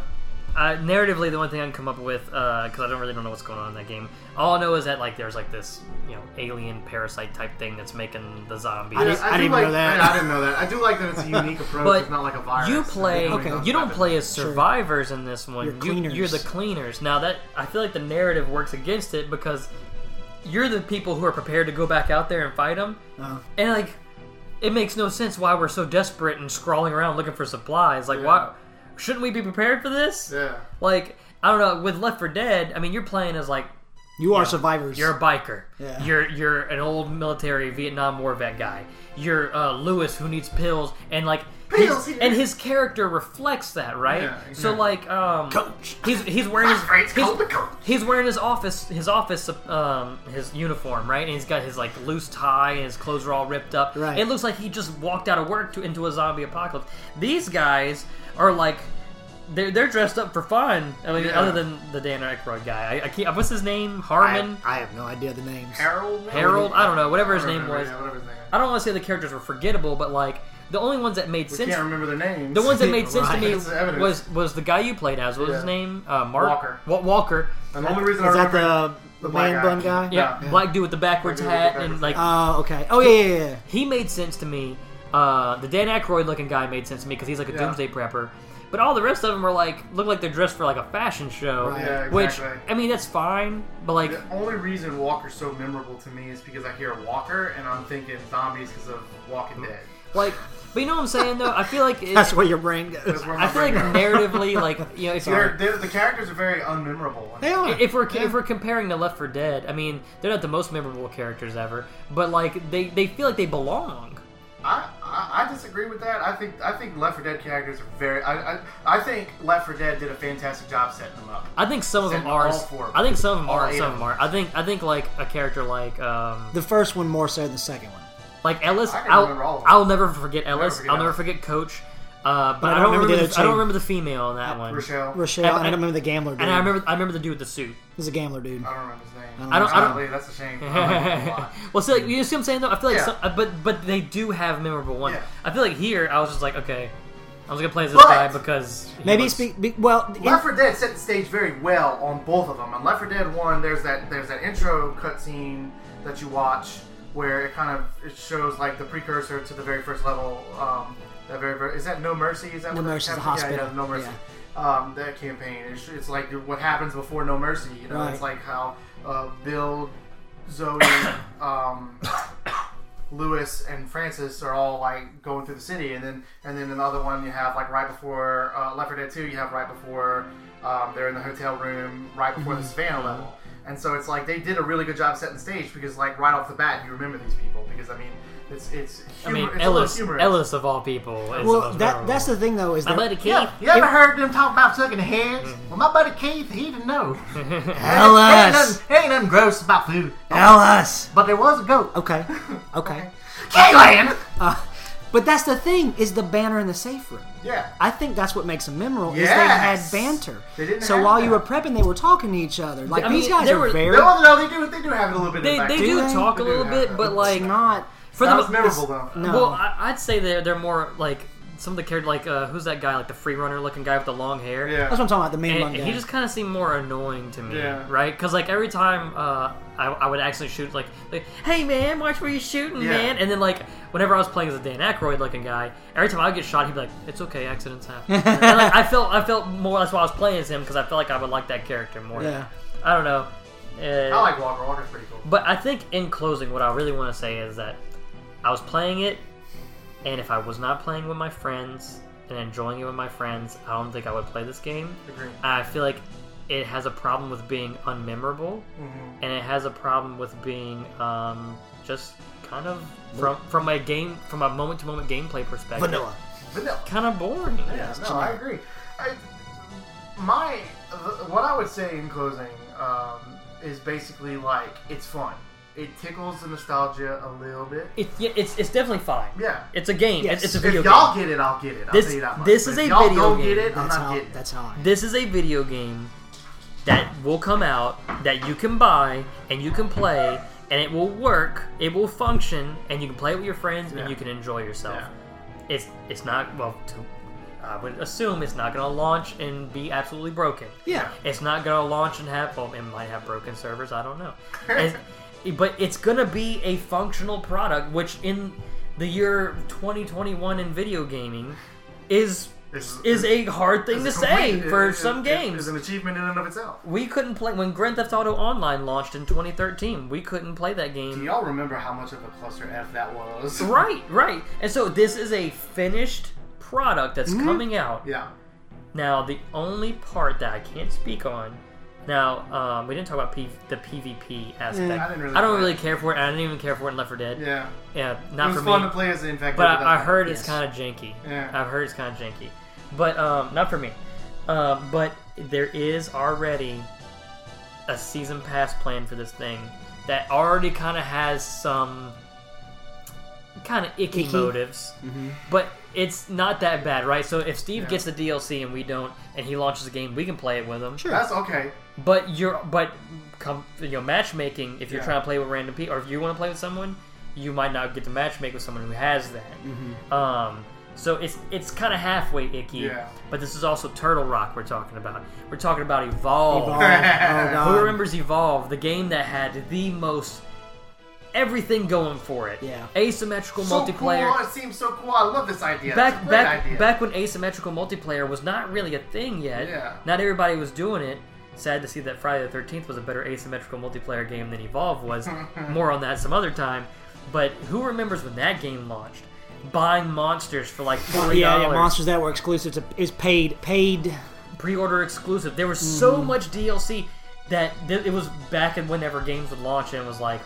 [SPEAKER 2] uh, narratively, the one thing I can come up with, because I don't really don't know what's going on in that game. All I know is that like there's like this you know alien parasite type thing that's making the zombies.
[SPEAKER 4] I
[SPEAKER 3] Yeah,
[SPEAKER 4] didn't-
[SPEAKER 3] do
[SPEAKER 4] didn't
[SPEAKER 3] like,
[SPEAKER 4] know that.
[SPEAKER 3] I, I didn't know that. I do like that it's a unique approach.
[SPEAKER 2] But
[SPEAKER 3] it's not like a virus.
[SPEAKER 2] you
[SPEAKER 3] It's
[SPEAKER 2] play.
[SPEAKER 3] like,
[SPEAKER 4] Okay.
[SPEAKER 2] You don't play as survivors in this one.
[SPEAKER 4] You're
[SPEAKER 2] you, you're
[SPEAKER 4] cleaners.
[SPEAKER 2] the cleaners. Now that I feel like the narrative works against it because you're the people who are prepared to go back out there and fight them,
[SPEAKER 4] Uh,
[SPEAKER 2] and like it makes no sense why we're so desperate and scrawling around looking for supplies. Like why shouldn't we be prepared for this?
[SPEAKER 3] Yeah.
[SPEAKER 2] Like I don't know. With Left for Dead, I mean, you're playing as like
[SPEAKER 4] you are survivors.
[SPEAKER 2] you're a biker.
[SPEAKER 4] Yeah.
[SPEAKER 2] You're you're an old military Vietnam War vet guy. You're uh, Lewis who needs pills and like
[SPEAKER 3] Pills,
[SPEAKER 2] his,
[SPEAKER 3] yeah.
[SPEAKER 2] and his character reflects that, right?
[SPEAKER 3] Yeah,
[SPEAKER 2] So
[SPEAKER 3] yeah.
[SPEAKER 2] like um
[SPEAKER 4] Coach.
[SPEAKER 2] He's he's wearing his
[SPEAKER 3] Right, it's
[SPEAKER 2] he's,
[SPEAKER 3] called the coach.
[SPEAKER 2] he's wearing his office his office um his uniform, right? And he's got his like loose tie and his clothes are all ripped up.
[SPEAKER 4] Right.
[SPEAKER 2] It looks like he just walked out of work to into a zombie apocalypse. These guys are like they're, they're dressed up for fun. I mean,
[SPEAKER 3] Yeah.
[SPEAKER 2] other than the Dan Aykroyd guy, I, I can't. What's his name? Harmon.
[SPEAKER 4] I, I have no idea the names.
[SPEAKER 3] Harold. maybe?
[SPEAKER 2] Harold, I don't know, whatever his
[SPEAKER 3] I don't
[SPEAKER 2] name
[SPEAKER 3] remember,
[SPEAKER 2] was.
[SPEAKER 3] yeah, whatever his name is.
[SPEAKER 2] I don't want to say the characters were forgettable, but like the only ones that made sense,
[SPEAKER 3] Can't remember their names.
[SPEAKER 2] the ones that made sense to me
[SPEAKER 3] It's evidence.
[SPEAKER 2] was was the guy you played as. What was his
[SPEAKER 3] Yeah.
[SPEAKER 2] name? Uh, Mark
[SPEAKER 3] Walker.
[SPEAKER 2] Wa- Walker.
[SPEAKER 3] And the only reason I
[SPEAKER 4] Is that
[SPEAKER 3] remember
[SPEAKER 4] the,
[SPEAKER 3] the black
[SPEAKER 4] man
[SPEAKER 3] guy.
[SPEAKER 4] bun guy?
[SPEAKER 2] Yeah,
[SPEAKER 3] Yeah.
[SPEAKER 2] black dude with the backwards
[SPEAKER 3] Black dude with
[SPEAKER 2] hat
[SPEAKER 3] the
[SPEAKER 2] and like
[SPEAKER 3] backwards
[SPEAKER 4] Oh, okay. Oh yeah, yeah, yeah.
[SPEAKER 2] he made sense to me. Uh, the Dan Aykroyd looking guy made sense to me because he's like a
[SPEAKER 3] Yeah.
[SPEAKER 2] doomsday prepper. But all the rest of them were like look like they're dressed for like a fashion show,
[SPEAKER 4] Right.
[SPEAKER 3] Yeah,
[SPEAKER 2] which
[SPEAKER 3] exactly.
[SPEAKER 2] I mean that's fine, but like
[SPEAKER 3] The only reason Walker's so memorable to me is because I hear Walker and I'm thinking zombies because of Walking Dead.
[SPEAKER 2] like But you know what I'm saying though. I feel like it,
[SPEAKER 4] That's where your brain goes.
[SPEAKER 3] That's where my
[SPEAKER 2] I feel like
[SPEAKER 3] brain goes.
[SPEAKER 2] narratively, like you know, if
[SPEAKER 3] They're-
[SPEAKER 2] you're
[SPEAKER 3] they're- the characters are very unmemorable.
[SPEAKER 4] They are.
[SPEAKER 2] if we're if we're comparing to Left for Dead, I mean, they're not the most memorable characters ever, but like they they feel like they belong.
[SPEAKER 3] I, I I disagree with that. I think I think Left 4 Dead characters are very. I, I, I think Left 4 Dead did a fantastic job setting them up.
[SPEAKER 2] I think some of them
[SPEAKER 3] Send
[SPEAKER 2] are.
[SPEAKER 3] all four of
[SPEAKER 2] I think some of them
[SPEAKER 3] All
[SPEAKER 2] are.
[SPEAKER 3] eight
[SPEAKER 2] Some of
[SPEAKER 3] of
[SPEAKER 2] them are. I think I think like a character like um
[SPEAKER 4] The first one more so than the second one.
[SPEAKER 2] like Ellis.
[SPEAKER 3] I can
[SPEAKER 2] I'll,
[SPEAKER 3] remember all of them.
[SPEAKER 2] I'll never forget Ellis.
[SPEAKER 3] forget
[SPEAKER 2] I'll never
[SPEAKER 3] Ellis.
[SPEAKER 2] forget Coach. Uh, but,
[SPEAKER 4] I
[SPEAKER 2] I don't
[SPEAKER 4] don't remember the
[SPEAKER 2] remember. The,
[SPEAKER 4] other
[SPEAKER 2] I
[SPEAKER 4] two.
[SPEAKER 2] don't remember the female on that one.
[SPEAKER 3] Rochelle.
[SPEAKER 4] Rochelle,
[SPEAKER 2] And-
[SPEAKER 4] I, don't remember the gambler dude.
[SPEAKER 2] And I remember. I remember the dude with the suit.
[SPEAKER 4] He's a gambler dude.
[SPEAKER 3] I don't remember his name.
[SPEAKER 4] I
[SPEAKER 2] don't- I don't-
[SPEAKER 3] Golly, that's a shame. I like him a lot.
[SPEAKER 2] well, so like, you see what I'm saying though. I feel like,
[SPEAKER 3] Yeah.
[SPEAKER 2] some, uh, but but they do have memorable ones.
[SPEAKER 3] Yeah.
[SPEAKER 2] I feel like here I was just like, okay, I was gonna play as this
[SPEAKER 3] But-
[SPEAKER 2] guy because he
[SPEAKER 4] Maybe
[SPEAKER 2] was-
[SPEAKER 4] speak. Be, well, in-
[SPEAKER 3] Left 4 Dead set the stage very well on both of them. On Left 4 Dead 1, there's that there's that intro cutscene that you watch where it kind of it shows like the precursor to the very first level. Um, that very, very is that No Mercy? Is that
[SPEAKER 4] No
[SPEAKER 3] what
[SPEAKER 4] Mercy is
[SPEAKER 3] that-
[SPEAKER 4] the hospital.
[SPEAKER 3] Yeah, yeah, No Mercy. Um, that campaign. It's, it's like what happens before No Mercy. You know,
[SPEAKER 4] Right.
[SPEAKER 3] it's like how uh, Bill, Zoe, um, Lewis and Francis are all like going through the city, and then and then another one you have like right before uh, Left 4 Dead 2, you have right before um, they're in the hotel room, right before the Savannah level, and so it's like they did a really good job setting the stage because like right off the bat you remember these people because I mean it's it's
[SPEAKER 2] I mean,
[SPEAKER 3] humor, it's a little
[SPEAKER 2] Ellis.
[SPEAKER 3] humorous.
[SPEAKER 2] Ellis of all people. Is the
[SPEAKER 4] well,
[SPEAKER 2] most
[SPEAKER 4] that
[SPEAKER 2] memorable
[SPEAKER 4] that's the
[SPEAKER 2] one.
[SPEAKER 4] thing though is
[SPEAKER 2] My
[SPEAKER 4] that
[SPEAKER 2] buddy Keith.
[SPEAKER 3] Yeah, you ever heard them talk about sucking heads? Well, my buddy Keith, he didn't know. ain't,
[SPEAKER 4] Ellis,
[SPEAKER 3] nothing, ain't nothing gross about food,
[SPEAKER 4] Ellis.
[SPEAKER 3] but there was a goat.
[SPEAKER 4] Okay, okay.
[SPEAKER 3] K-Land!
[SPEAKER 4] Uh, but that's the thing is the banner in the safe room.
[SPEAKER 3] Yeah.
[SPEAKER 4] I think that's what makes them memorable is
[SPEAKER 3] Yes.
[SPEAKER 4] they had banter.
[SPEAKER 3] They didn't
[SPEAKER 4] so
[SPEAKER 3] have
[SPEAKER 4] while you were
[SPEAKER 3] that.
[SPEAKER 4] prepping, they were talking to each other. Like
[SPEAKER 2] I
[SPEAKER 4] these
[SPEAKER 2] mean,
[SPEAKER 4] guys
[SPEAKER 2] they
[SPEAKER 4] are
[SPEAKER 2] were-
[SPEAKER 4] very.
[SPEAKER 3] No, no, they do. They do have it a little bit.
[SPEAKER 2] They,
[SPEAKER 3] of
[SPEAKER 2] they
[SPEAKER 3] backstory.
[SPEAKER 2] do
[SPEAKER 4] they?
[SPEAKER 2] talk a
[SPEAKER 3] They do
[SPEAKER 2] little
[SPEAKER 3] have
[SPEAKER 2] bit,
[SPEAKER 3] that.
[SPEAKER 2] but
[SPEAKER 3] It's
[SPEAKER 2] like
[SPEAKER 4] it's not.
[SPEAKER 2] for
[SPEAKER 3] that
[SPEAKER 2] the
[SPEAKER 3] was memorable though.
[SPEAKER 4] No.
[SPEAKER 2] uh, Well, I, I'd say they're they're more like some of the character like uh, who's that guy like the free runner looking guy with the long hair.
[SPEAKER 3] Yeah.
[SPEAKER 4] that's what I'm talking about. The main one
[SPEAKER 2] And
[SPEAKER 4] guy.
[SPEAKER 2] he just kind of seemed more annoying to me,
[SPEAKER 3] Yeah.
[SPEAKER 2] right? Because like every time uh, I, I would actually shoot, like, like, "Hey man, watch where you're shooting,
[SPEAKER 3] Yeah.
[SPEAKER 2] man!" And then like whenever I was playing as a Dan Aykroyd looking guy, every time I would get shot, he'd be like, "It's okay, accidents happen." and, like, I felt I felt more. That's why I was playing as him because I felt like I would like that character more.
[SPEAKER 4] Yeah.
[SPEAKER 2] I don't know. Uh,
[SPEAKER 3] I like Walker. Walker's pretty cool.
[SPEAKER 2] But I think in closing, what I really want to say is that I was playing it, and if I was not playing with my friends and enjoying it with my friends, I don't think I would play this game.
[SPEAKER 3] Agreed.
[SPEAKER 2] I feel like it has a problem with being unmemorable,
[SPEAKER 3] Mm-hmm.
[SPEAKER 2] and it has a problem with being um, just kind of from from a game from a moment to moment gameplay perspective,
[SPEAKER 4] vanilla.
[SPEAKER 3] But no,
[SPEAKER 2] kind of boring.
[SPEAKER 3] yeah, no, I
[SPEAKER 4] generic.
[SPEAKER 3] agree. I, my, th- what I would say in closing um, is basically like it's fun. It tickles the nostalgia a little bit.
[SPEAKER 2] It, yeah, it's it's definitely fine.
[SPEAKER 3] Yeah.
[SPEAKER 2] It's a game.
[SPEAKER 4] Yes.
[SPEAKER 2] It's, it's a
[SPEAKER 4] If
[SPEAKER 2] video
[SPEAKER 3] if y'all
[SPEAKER 2] game.
[SPEAKER 3] get it, I'll get it. I'll
[SPEAKER 2] This-
[SPEAKER 3] tell you that much.
[SPEAKER 2] this
[SPEAKER 3] But
[SPEAKER 2] is
[SPEAKER 3] if
[SPEAKER 2] a
[SPEAKER 3] y'all
[SPEAKER 2] video
[SPEAKER 3] don't
[SPEAKER 2] game.
[SPEAKER 3] get it, I'm
[SPEAKER 4] That's
[SPEAKER 3] not
[SPEAKER 4] how.
[SPEAKER 3] getting it.
[SPEAKER 4] That's how. I.
[SPEAKER 2] This is a video game that will come out that you can buy and you can play and it will work, it will function, and you can play it with your friends
[SPEAKER 3] Yeah.
[SPEAKER 2] and you can enjoy yourself.
[SPEAKER 3] Yeah.
[SPEAKER 2] It's it's not well to
[SPEAKER 3] Uh,
[SPEAKER 2] I would assume it's not gonna launch and be absolutely broken.
[SPEAKER 4] Yeah.
[SPEAKER 2] It's not gonna launch and have well it might have broken servers, I don't know. It's- but it's gonna be a functional product which in the year 2021 in video gaming is
[SPEAKER 3] It's-
[SPEAKER 2] is a hard thing to
[SPEAKER 3] It's
[SPEAKER 2] say
[SPEAKER 3] complete-
[SPEAKER 2] for
[SPEAKER 3] it- it-
[SPEAKER 2] some
[SPEAKER 3] it-
[SPEAKER 2] games.
[SPEAKER 3] It's an achievement in and of itself.
[SPEAKER 2] We couldn't play when Grand Theft Auto Online launched in 2013. We couldn't play that
[SPEAKER 3] Do
[SPEAKER 2] game.
[SPEAKER 3] y'all remember how much of a cluster F that was?
[SPEAKER 2] Right, right. And so this is a finished product that's
[SPEAKER 3] Mm-hmm.
[SPEAKER 2] coming out.
[SPEAKER 3] Yeah.
[SPEAKER 2] Now, the only part that I can't speak on. Now, um, we didn't talk about P- the PvP aspect.
[SPEAKER 3] I didn't really
[SPEAKER 2] I don't
[SPEAKER 3] play
[SPEAKER 2] really
[SPEAKER 3] it.
[SPEAKER 2] care for it. and I didn't even care for it in Left 4 Dead.
[SPEAKER 3] Yeah.
[SPEAKER 2] Yeah,
[SPEAKER 3] It
[SPEAKER 2] not
[SPEAKER 3] was
[SPEAKER 2] for
[SPEAKER 3] fun
[SPEAKER 2] me.
[SPEAKER 3] to play as an infected.
[SPEAKER 2] But I, I
[SPEAKER 3] without-
[SPEAKER 2] heard it's
[SPEAKER 4] Yes.
[SPEAKER 2] kind of janky.
[SPEAKER 3] Yeah.
[SPEAKER 2] I've heard it's kind of janky. But um, not for me. Um, but there is already a season pass plan for this thing that already kind of has some kind of icky,
[SPEAKER 4] Icky.
[SPEAKER 2] motives. But it's not that bad, right? So if Steve gets the DLC and we don't, and he launches a game, we can play it with him.
[SPEAKER 4] Sure.
[SPEAKER 3] That's okay.
[SPEAKER 2] But you're but come you know matchmaking. If you're
[SPEAKER 3] Yeah.
[SPEAKER 2] trying to play with random people, or if you want to play with someone, you might not get to matchmake with someone who has that. Um, so it's it's kind of halfway icky.
[SPEAKER 3] Mm-hmm. Yeah.
[SPEAKER 2] But this is also Turtle Rock we're talking about. We're talking about Evolve.
[SPEAKER 4] Evolve. Oh, God.
[SPEAKER 2] Who remembers Evolve? The game that had the most everything going for it.
[SPEAKER 4] Yeah.
[SPEAKER 2] Asymmetrical
[SPEAKER 3] So
[SPEAKER 2] multiplayer
[SPEAKER 3] Cool. It seems so cool. I love this idea. it's a
[SPEAKER 2] back
[SPEAKER 3] great
[SPEAKER 2] back
[SPEAKER 3] idea.
[SPEAKER 2] back when asymmetrical multiplayer was not really a thing yet.
[SPEAKER 3] Yeah.
[SPEAKER 2] Not everybody was doing it. Sad to see that Friday the Thirteenth was a better asymmetrical multiplayer game than Evolve was. More on that some other time. But who remembers when that game launched? buying monsters for like forty
[SPEAKER 4] yeah,
[SPEAKER 2] dollars.
[SPEAKER 4] yeah, monsters that were exclusive to is paid paid.
[SPEAKER 2] pre-order exclusive. There was
[SPEAKER 4] Mm-hmm.
[SPEAKER 2] so much DLC that th- it was back in whenever games would launch and it was like,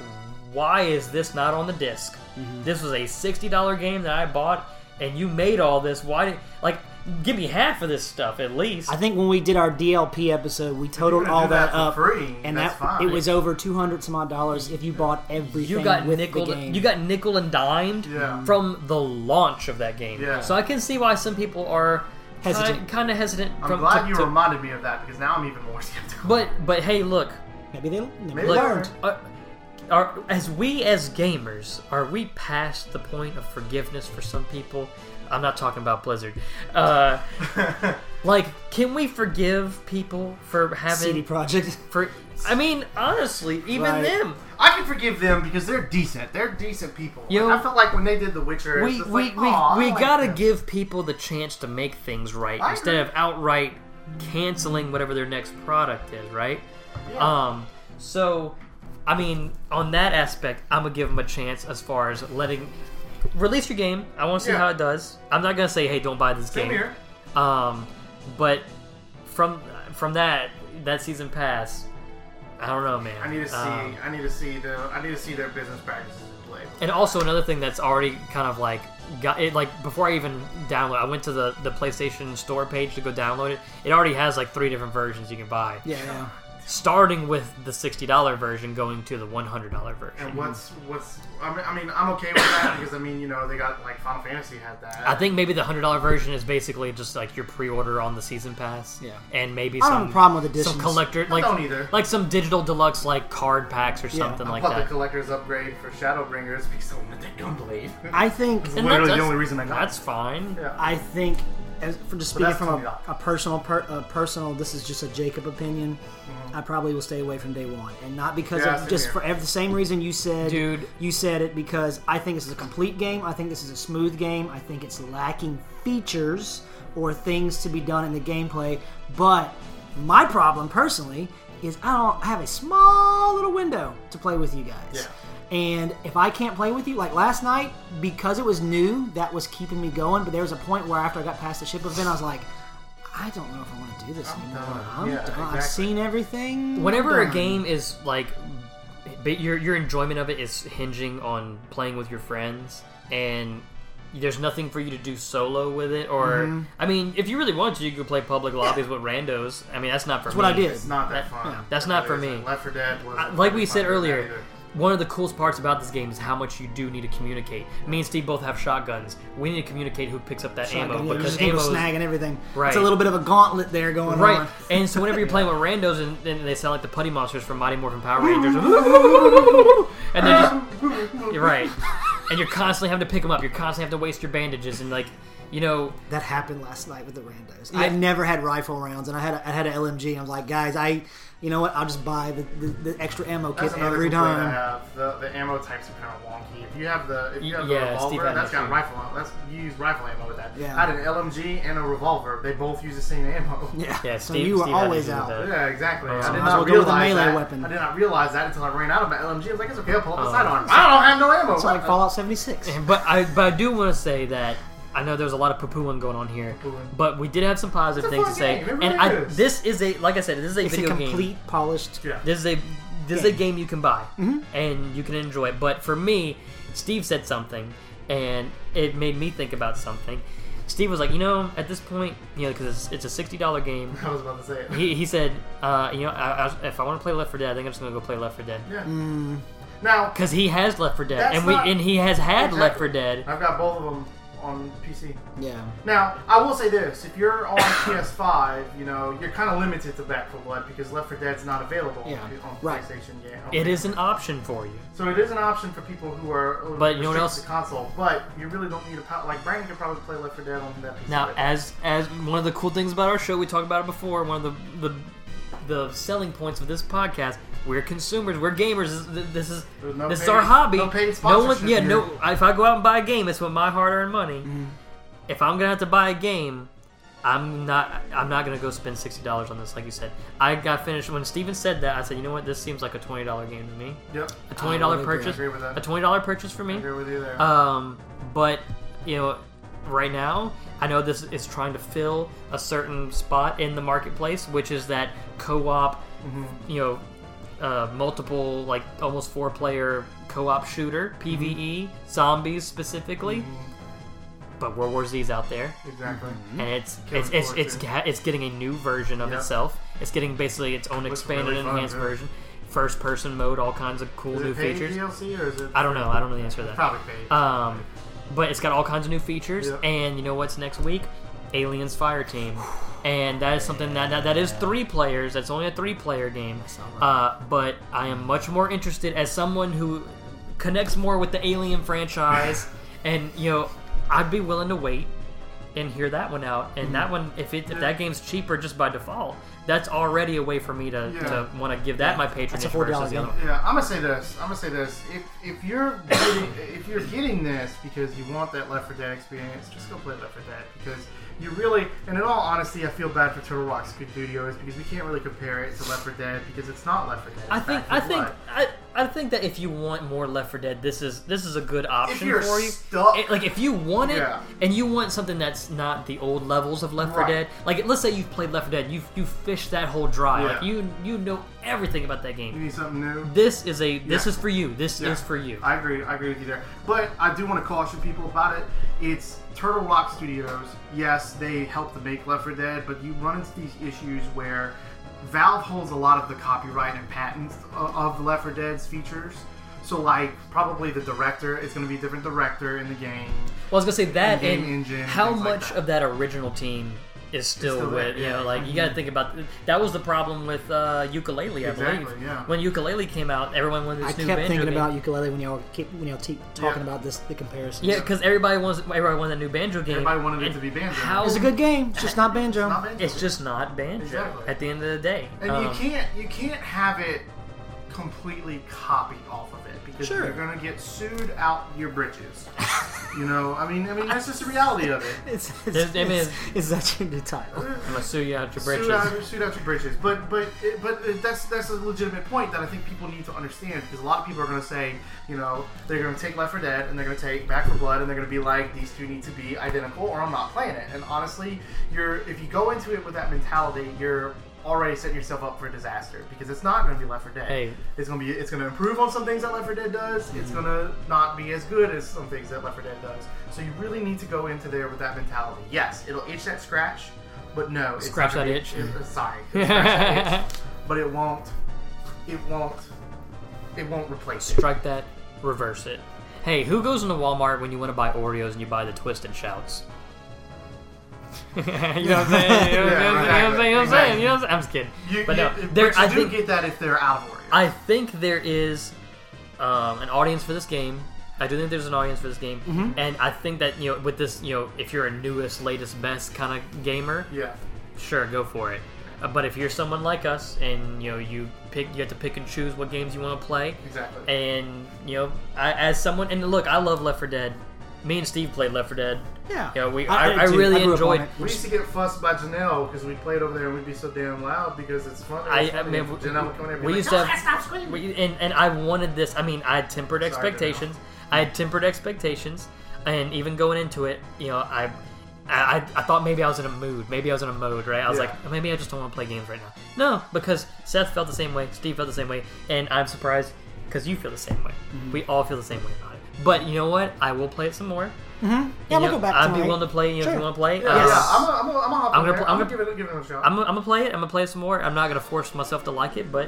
[SPEAKER 2] why is this not on the disk
[SPEAKER 4] Mm-hmm.
[SPEAKER 2] This was a sixty dollar game that I bought, and you made all this. Why did like give me half of this stuff at least?
[SPEAKER 4] I think when we did our DLP episode, we totaled
[SPEAKER 3] gonna
[SPEAKER 4] all
[SPEAKER 3] do that for
[SPEAKER 4] up,
[SPEAKER 3] free,
[SPEAKER 4] and
[SPEAKER 3] that's
[SPEAKER 4] that
[SPEAKER 3] fine.
[SPEAKER 4] it was over two hundred some odd dollars if you bought everything
[SPEAKER 2] you got
[SPEAKER 4] with
[SPEAKER 2] nickel.
[SPEAKER 4] the game.
[SPEAKER 2] You got nickel and dimed
[SPEAKER 3] Yeah.
[SPEAKER 2] from the launch of that game.
[SPEAKER 3] Yeah.
[SPEAKER 2] So I can see why some people are
[SPEAKER 4] Hesitant.
[SPEAKER 2] kind of hesitant.
[SPEAKER 3] I'm
[SPEAKER 2] from,
[SPEAKER 3] glad
[SPEAKER 2] to-
[SPEAKER 3] you
[SPEAKER 2] to-
[SPEAKER 3] reminded me of that because now I'm even more skeptical.
[SPEAKER 2] But but hey, look,
[SPEAKER 4] maybe they maybe they
[SPEAKER 3] Look-
[SPEAKER 4] learned.
[SPEAKER 2] are, are as we as gamers are we past the point of forgiveness for some people i'm not talking about blizzard uh, like can we forgive people for
[SPEAKER 4] CD
[SPEAKER 2] having
[SPEAKER 4] Project.
[SPEAKER 2] for i mean honestly even
[SPEAKER 4] Right.
[SPEAKER 2] them
[SPEAKER 3] I can forgive them because they're decent. They're decent people.
[SPEAKER 2] You
[SPEAKER 3] Like,
[SPEAKER 2] know-
[SPEAKER 3] I felt like when they did The Witcher, it's
[SPEAKER 2] we
[SPEAKER 3] just
[SPEAKER 2] we,
[SPEAKER 3] like,
[SPEAKER 2] we,
[SPEAKER 3] "Aw, I
[SPEAKER 2] we
[SPEAKER 3] like
[SPEAKER 2] gotta
[SPEAKER 3] them."
[SPEAKER 2] give people the chance to make things right
[SPEAKER 3] I
[SPEAKER 2] instead
[SPEAKER 3] agree.
[SPEAKER 2] of outright canceling whatever their next product is right um so i mean on that aspect i'm gonna give them a chance as far as letting release your game i want to see
[SPEAKER 3] Yeah.
[SPEAKER 2] how it does i'm not gonna say hey don't buy this
[SPEAKER 3] Same
[SPEAKER 2] game
[SPEAKER 3] here.
[SPEAKER 2] um but from from that that season pass i don't know man
[SPEAKER 3] I need to see.
[SPEAKER 2] Um,
[SPEAKER 3] I need to see the. I need to see their business practices in play.
[SPEAKER 2] And also another thing that's already kind of like got it like before I even download, I went to the the PlayStation Store page to go download it. It already has like three different versions you can buy,
[SPEAKER 4] Yeah, yeah.
[SPEAKER 2] starting with the sixty dollar version, going to the one hundred dollar version.
[SPEAKER 3] And what's what's? I mean, I mean, I'm okay with that because I mean, you know, they got like Final Fantasy had that.
[SPEAKER 2] I think maybe the hundred dollar version is basically just like your pre order on the season pass,
[SPEAKER 4] Yeah.
[SPEAKER 2] and maybe
[SPEAKER 4] I don't
[SPEAKER 2] some
[SPEAKER 4] have a problem with
[SPEAKER 2] some
[SPEAKER 4] additions.
[SPEAKER 2] collector like
[SPEAKER 3] don't either.
[SPEAKER 2] like some digital deluxe like card packs or
[SPEAKER 4] Yeah.
[SPEAKER 2] something
[SPEAKER 4] I
[SPEAKER 2] like
[SPEAKER 3] But the
[SPEAKER 2] that.
[SPEAKER 3] collector's upgrade for Shadowbringers because I wanted that Gunblade.
[SPEAKER 4] I think
[SPEAKER 2] And
[SPEAKER 3] Literally the
[SPEAKER 2] that's-
[SPEAKER 3] only reason I got
[SPEAKER 2] that's
[SPEAKER 3] it.
[SPEAKER 2] fine.
[SPEAKER 3] Yeah.
[SPEAKER 4] I think, as for just speaking
[SPEAKER 3] that's
[SPEAKER 4] from a,
[SPEAKER 3] $20.
[SPEAKER 4] a personal, per, a personal, this is just a Jacob opinion. I probably will stay away from day one, and not because
[SPEAKER 3] Yeah,
[SPEAKER 4] of
[SPEAKER 3] same
[SPEAKER 4] just
[SPEAKER 3] here.
[SPEAKER 4] for ev- the same reason you said,
[SPEAKER 2] Dude.
[SPEAKER 4] You said it because I think this is a complete game. I think this is a smooth game. I think it's lacking features or things to be done in the gameplay. But my problem personally is I don't I have a small little window to play with you guys. And if I can't play with you, like last night, because it was new, that was keeping me going. But there was a point where after I got past the ship event, I was like, I don't know if I want to do this anymore.
[SPEAKER 3] done.
[SPEAKER 4] I'm
[SPEAKER 3] Yeah,
[SPEAKER 4] done.
[SPEAKER 3] exactly.
[SPEAKER 4] I've seen everything.
[SPEAKER 2] whenever a
[SPEAKER 4] I'm done."
[SPEAKER 2] game is like but your your enjoyment of it is hinging on playing with your friends and there's nothing for you to do solo with it or
[SPEAKER 4] Mm-hmm.
[SPEAKER 2] i mean if you really want to you could play public lobbies with randos i mean that's not for
[SPEAKER 4] that's
[SPEAKER 2] me
[SPEAKER 4] what I did.
[SPEAKER 3] It's not that
[SPEAKER 2] That-
[SPEAKER 3] fun.
[SPEAKER 2] yeah, that's not for me.
[SPEAKER 3] Left for Dead was
[SPEAKER 2] like we said earlier one of the coolest parts about this game is how much you do need to communicate me and steve both have shotguns we need to communicate who picks up that ammo
[SPEAKER 4] you're
[SPEAKER 2] because
[SPEAKER 4] just able
[SPEAKER 2] ammo
[SPEAKER 4] to
[SPEAKER 2] is
[SPEAKER 4] snag and everything.
[SPEAKER 2] Right.
[SPEAKER 4] It's a little bit of a gauntlet there going
[SPEAKER 2] Right,
[SPEAKER 3] Uh-huh.
[SPEAKER 4] on.
[SPEAKER 2] and so whenever you're playing with randos and, and they sound like the putty monsters from Mighty Morphin Power Rangers, and they're just You're right. And you're constantly having to pick them up. You're constantly having to waste your bandages and like, you know,
[SPEAKER 4] That happened last night with the randos. I never had rifle rounds, and I had a, I had an LMG. I was like, guys, I, you know what? I'll just buy the, the, the extra ammo kit
[SPEAKER 3] That's another
[SPEAKER 4] every
[SPEAKER 3] complaint I
[SPEAKER 4] time.
[SPEAKER 3] have. The, the ammo types are kind of wonky. If you have the if you have
[SPEAKER 2] Yeah,
[SPEAKER 3] the
[SPEAKER 2] Steve
[SPEAKER 3] revolver,
[SPEAKER 2] had
[SPEAKER 3] that's
[SPEAKER 2] that
[SPEAKER 3] got
[SPEAKER 2] too.
[SPEAKER 3] rifle. That's you use rifle ammo with that.
[SPEAKER 4] Yeah.
[SPEAKER 3] I had an LMG and a revolver. They both use the same ammo.
[SPEAKER 4] Yeah.
[SPEAKER 2] Yeah,
[SPEAKER 4] so
[SPEAKER 2] Steve-
[SPEAKER 4] you were
[SPEAKER 2] Steve had
[SPEAKER 4] always
[SPEAKER 2] issues with that.
[SPEAKER 4] out.
[SPEAKER 3] Yeah, exactly. I
[SPEAKER 2] Might
[SPEAKER 3] did
[SPEAKER 2] as
[SPEAKER 3] not
[SPEAKER 4] well go with a
[SPEAKER 3] realize
[SPEAKER 4] melee
[SPEAKER 3] that.
[SPEAKER 4] weapon.
[SPEAKER 3] I did not realize that until I ran out of my LMG. I was like, it's okay, I'll
[SPEAKER 2] Oh.
[SPEAKER 3] pull up the sidearm. I don't have no ammo.
[SPEAKER 4] It's like Fallout 76.
[SPEAKER 2] but I but I do want to say that I know there's a lot of poo-pooing going on here,
[SPEAKER 3] Poo-pooing.
[SPEAKER 2] but we did have some positive
[SPEAKER 3] It's
[SPEAKER 2] things
[SPEAKER 3] a
[SPEAKER 2] to
[SPEAKER 3] fun
[SPEAKER 2] say.
[SPEAKER 3] game, it really
[SPEAKER 2] and I,
[SPEAKER 3] is.
[SPEAKER 2] this is a like I said, this is a
[SPEAKER 4] It's a
[SPEAKER 2] video
[SPEAKER 4] complete,
[SPEAKER 2] game.
[SPEAKER 4] polished.
[SPEAKER 3] Yeah.
[SPEAKER 2] This is a this is a game you can buy
[SPEAKER 3] Mm-hmm.
[SPEAKER 2] and you can enjoy. it. But for me, Steve said something, and it made me think about something. Steve was like, you know, at this point, you know, because it's, it's a sixty dollar game.
[SPEAKER 3] I was about to say it.
[SPEAKER 2] He, he said, uh, you know, I, I, if I want to play Left 4 Dead, I think I'm just gonna go play Left 4 Dead.
[SPEAKER 3] Yeah.
[SPEAKER 2] Mm.
[SPEAKER 3] Now
[SPEAKER 2] Because he has Left 4 Dead,
[SPEAKER 3] That's
[SPEAKER 2] and we
[SPEAKER 3] not-
[SPEAKER 2] and he has had
[SPEAKER 3] Exactly.
[SPEAKER 2] Left 4 Dead.
[SPEAKER 3] I've got both of them on PC.
[SPEAKER 4] Yeah.
[SPEAKER 3] Now, I will say this: if you're on PS5, you know you're kind of limited to Back 4 Blood because Left 4 Dead's not available
[SPEAKER 4] Yeah,
[SPEAKER 3] on
[SPEAKER 4] right.
[SPEAKER 3] PlayStation. Yeah,
[SPEAKER 2] It is an option for you.
[SPEAKER 3] So it is an option for people who are who
[SPEAKER 2] But you know what
[SPEAKER 3] restricted
[SPEAKER 2] else?
[SPEAKER 3] to console, but you really don't need a power. Like Brandon could probably play Left 4 Dead on that PC.
[SPEAKER 2] Now,
[SPEAKER 3] right?
[SPEAKER 2] as as one of the cool things about our show, we talked about it before. One of the the the selling points of this podcast: we're consumers, we're gamers. This, is- this is
[SPEAKER 3] There's no
[SPEAKER 2] this is
[SPEAKER 3] paid-
[SPEAKER 2] our hobby.
[SPEAKER 3] no paid sponsorship
[SPEAKER 2] yeah,
[SPEAKER 3] here. Mm-hmm.
[SPEAKER 2] no. If I go out and buy a game, it's with my hard-earned money. If I'm gonna have to buy a game. I'm not. I'm not gonna go spend sixty dollars on this, like you said. I got finished when Steven said that. I said, you know what? This seems like a twenty dollar game to me.
[SPEAKER 3] yep,
[SPEAKER 2] A twenty dollar
[SPEAKER 4] agree.
[SPEAKER 2] purchase.
[SPEAKER 3] agree with that.
[SPEAKER 2] A twenty dollar purchase for me.
[SPEAKER 3] I agree with you there.
[SPEAKER 2] Um, but you know, right now, I know this is trying to fill a certain spot in the marketplace, which is that co-op,
[SPEAKER 3] Mm-hmm.
[SPEAKER 2] you know, uh, multiple like almost four-player co-op shooter,
[SPEAKER 3] Mm-hmm.
[SPEAKER 2] PVE, zombies specifically.
[SPEAKER 3] Mm-hmm.
[SPEAKER 2] But World War Z's out there
[SPEAKER 3] Exactly.
[SPEAKER 2] and it's
[SPEAKER 3] Killing
[SPEAKER 2] it's it's
[SPEAKER 3] floor
[SPEAKER 2] it's,
[SPEAKER 3] too.
[SPEAKER 2] ga- it's getting a new version of
[SPEAKER 3] Mm-hmm. Yeah.
[SPEAKER 2] itself. It's getting basically its own
[SPEAKER 3] Looks
[SPEAKER 2] expanded,
[SPEAKER 3] really
[SPEAKER 2] and
[SPEAKER 3] fun,
[SPEAKER 2] enhanced
[SPEAKER 3] too.
[SPEAKER 2] version, first person mode, all kinds of cool
[SPEAKER 3] Is
[SPEAKER 2] new
[SPEAKER 3] it paid
[SPEAKER 2] features.
[SPEAKER 3] DLC or is it?
[SPEAKER 2] I don't know. I don't know the answer to that.
[SPEAKER 3] Probably paid.
[SPEAKER 2] Um, but it's got all kinds of new features,
[SPEAKER 3] Yeah.
[SPEAKER 2] and you know what's next week? Aliens Fire Team, and that is something that that, that is three players. That's only a three player game. Uh, but I am much more interested as someone who connects more with the Alien franchise, and you know, I'd be willing to wait and hear that one out. And
[SPEAKER 3] Mm-hmm.
[SPEAKER 2] that one, if it if that game's cheaper just by default, that's already a way for me to,
[SPEAKER 3] Yeah.
[SPEAKER 2] to want to give that my patronage
[SPEAKER 4] a $4
[SPEAKER 2] versus the
[SPEAKER 4] game.
[SPEAKER 2] other one.
[SPEAKER 3] Yeah, I'm gonna say this. I'm gonna say this. If if you're getting, if you're getting this because you want that Left 4 Dead experience, just go play Left 4 Dead because you really. And in all honesty, I feel bad for Turtle Rock Studios because we can't really compare it to Left 4 Dead because it's not Left 4 Dead.
[SPEAKER 2] I
[SPEAKER 3] It's
[SPEAKER 2] think
[SPEAKER 3] Back
[SPEAKER 2] I
[SPEAKER 3] 4
[SPEAKER 2] think
[SPEAKER 3] Blood.
[SPEAKER 2] I, I think that if you want more Left for Dead, this is this is a good option
[SPEAKER 3] you're
[SPEAKER 2] for you.
[SPEAKER 3] stuck-
[SPEAKER 2] It- like if you want it
[SPEAKER 3] Yeah.
[SPEAKER 2] and you want something that's not the old levels of Left for
[SPEAKER 3] Right.
[SPEAKER 2] Dead, like let's say you've played Left for Dead, you've you fished that whole dry, like
[SPEAKER 3] Yeah.
[SPEAKER 2] you you know everything about that
[SPEAKER 3] you
[SPEAKER 2] game.
[SPEAKER 3] need something new.
[SPEAKER 2] This is a this
[SPEAKER 3] Yeah.
[SPEAKER 2] is for you. This
[SPEAKER 3] Yeah.
[SPEAKER 2] is for you.
[SPEAKER 3] I agree. I agree with you there. But I do want to caution people about it. It's Turtle Rock Studios. Yes, they helped to make Left 4 Dead, but you run into these issues where Valve holds a lot of the copyright and patents o- of Left 4 Dead's features. So, like, probably the director is going to be a different director in the game.
[SPEAKER 2] Well, I was gonna say that
[SPEAKER 3] Game
[SPEAKER 2] and
[SPEAKER 3] engine,
[SPEAKER 2] how
[SPEAKER 3] things like
[SPEAKER 2] much
[SPEAKER 3] that.
[SPEAKER 2] of that original team is still,
[SPEAKER 3] still there,
[SPEAKER 2] with you
[SPEAKER 3] yeah. Mm-hmm.
[SPEAKER 2] know, like you got to think about that was the problem with uh, ukulele, I
[SPEAKER 3] Exactly,
[SPEAKER 2] believe.
[SPEAKER 3] yeah.
[SPEAKER 2] When ukulele came out, everyone wanted
[SPEAKER 4] I
[SPEAKER 2] this new
[SPEAKER 4] kept
[SPEAKER 2] banjo
[SPEAKER 4] thinking
[SPEAKER 2] game.
[SPEAKER 4] about ukulele when y'all keep when y'all keep talking
[SPEAKER 3] Yeah.
[SPEAKER 4] about this the comparison.
[SPEAKER 2] Yeah, because everybody wants everybody wanted a new banjo game.
[SPEAKER 3] Everybody wanted it
[SPEAKER 2] And
[SPEAKER 3] to be Banjo.
[SPEAKER 2] How
[SPEAKER 4] it's a good game. It's just not banjo.
[SPEAKER 3] Not bad.
[SPEAKER 2] It's just not banjo
[SPEAKER 3] Exactly.
[SPEAKER 2] at the end of the day.
[SPEAKER 3] And
[SPEAKER 2] Um,
[SPEAKER 3] you can't you can't have it completely copied off of it because
[SPEAKER 4] Sure.
[SPEAKER 3] you're gonna get sued out your britches. you know, I mean, I mean that's just the reality of it.
[SPEAKER 4] It's
[SPEAKER 2] There's-
[SPEAKER 4] it's,
[SPEAKER 2] I mean,
[SPEAKER 4] it's, it's actually a new title.
[SPEAKER 2] I'm gonna sue you out your
[SPEAKER 3] Sued
[SPEAKER 2] britches.
[SPEAKER 3] out, sued out your britches, but but but that's that's a legitimate point that I think people need to understand because a lot of people are going to say, you know, they're going to take Left 4 Dead and they're going to take Back 4 Blood and they're going to be like, these two need to be identical or I'm not playing it. And honestly, you're if you go into it with that mentality, you're already setting yourself up for disaster because it's not going to be Left 4 Dead.
[SPEAKER 2] Hey.
[SPEAKER 3] It's going to be it's going to improve on some things that Left 4 Dead does. It's going to not be as good as some things that Left 4 Dead does. So you really need to go into there with that mentality. Yes, it'll itch that scratch, but no, it's
[SPEAKER 2] Scratch
[SPEAKER 3] not
[SPEAKER 2] that
[SPEAKER 3] gonna be-
[SPEAKER 2] itch.
[SPEAKER 3] it- uh, sorry, It'll scratch that itch, but it won't. It won't. It won't replace it.
[SPEAKER 2] Strike that, reverse it. Hey, who goes into Walmart when you want to buy Oreos and you buy the Twisted Shouts? you know what I'm saying? You know what I'm saying? You know what I'm saying? You know what I'm saying? You know what I'm saying? I'm just kidding.
[SPEAKER 3] You,
[SPEAKER 2] but
[SPEAKER 3] you,
[SPEAKER 2] no,
[SPEAKER 3] but
[SPEAKER 2] there,
[SPEAKER 3] you
[SPEAKER 2] I
[SPEAKER 3] do
[SPEAKER 2] think
[SPEAKER 3] get that if they're out of order.
[SPEAKER 2] I think there is um, an audience for this game. I do think there's an audience for this game,
[SPEAKER 3] Mm-hmm.
[SPEAKER 2] and I think that you know with this you know if you're a newest, latest, best kind of gamer,
[SPEAKER 3] yeah.
[SPEAKER 2] sure, go for it. Uh, but if you're someone like us, and you know you pick, you have to pick and choose what games you want to play.
[SPEAKER 3] Exactly.
[SPEAKER 2] And you know, I, as someone, and look, I love Left 4 Dead. Me and Steve played Left 4 Dead.
[SPEAKER 4] Yeah.
[SPEAKER 2] Yeah, we- I-
[SPEAKER 4] did
[SPEAKER 2] I
[SPEAKER 4] too.
[SPEAKER 2] really
[SPEAKER 4] grew up on
[SPEAKER 2] enjoyed-
[SPEAKER 4] it.
[SPEAKER 3] We used to get fussed by Janelle because we played over there and we'd be so damn loud because it's funny.
[SPEAKER 2] I,
[SPEAKER 3] It's
[SPEAKER 2] I
[SPEAKER 3] funny.
[SPEAKER 2] mean, we,
[SPEAKER 3] Janelle would come in there and be
[SPEAKER 2] we
[SPEAKER 3] like,
[SPEAKER 2] used
[SPEAKER 3] "No,
[SPEAKER 2] to have,
[SPEAKER 3] stop screaming.
[SPEAKER 2] we- and and I wanted this. I mean, I had tempered expectations. I had tempered expectations, and even going into it, you know, I. I, I- I thought maybe I was in a mood. Maybe I was in a mode, right? I was
[SPEAKER 3] Yeah.
[SPEAKER 2] like, maybe I just don't want to play games right now. No, because Seth felt the same way, Steve felt the same way, and I'm surprised because you feel the same way.
[SPEAKER 3] Mm-hmm.
[SPEAKER 2] We all feel the same way about it. But you know what? I will play it some more.
[SPEAKER 4] Yeah,
[SPEAKER 2] You
[SPEAKER 4] we'll
[SPEAKER 2] know,
[SPEAKER 4] go back.
[SPEAKER 2] I'd be
[SPEAKER 4] tonight.
[SPEAKER 2] willing to play. You know, if
[SPEAKER 4] Sure.
[SPEAKER 2] you want to play,
[SPEAKER 3] Yeah,
[SPEAKER 2] uh,
[SPEAKER 3] yeah, I'm, a, I'm, a, I'm, a hop
[SPEAKER 2] I'm
[SPEAKER 3] I'm
[SPEAKER 2] gonna pl-
[SPEAKER 3] gonna, I'm
[SPEAKER 2] I'm
[SPEAKER 3] gonna
[SPEAKER 2] gonna-
[SPEAKER 3] give it, give it a shot.
[SPEAKER 2] I'm, I'm gonna play it. I'm gonna play it some more. I'm not gonna force myself to like it, but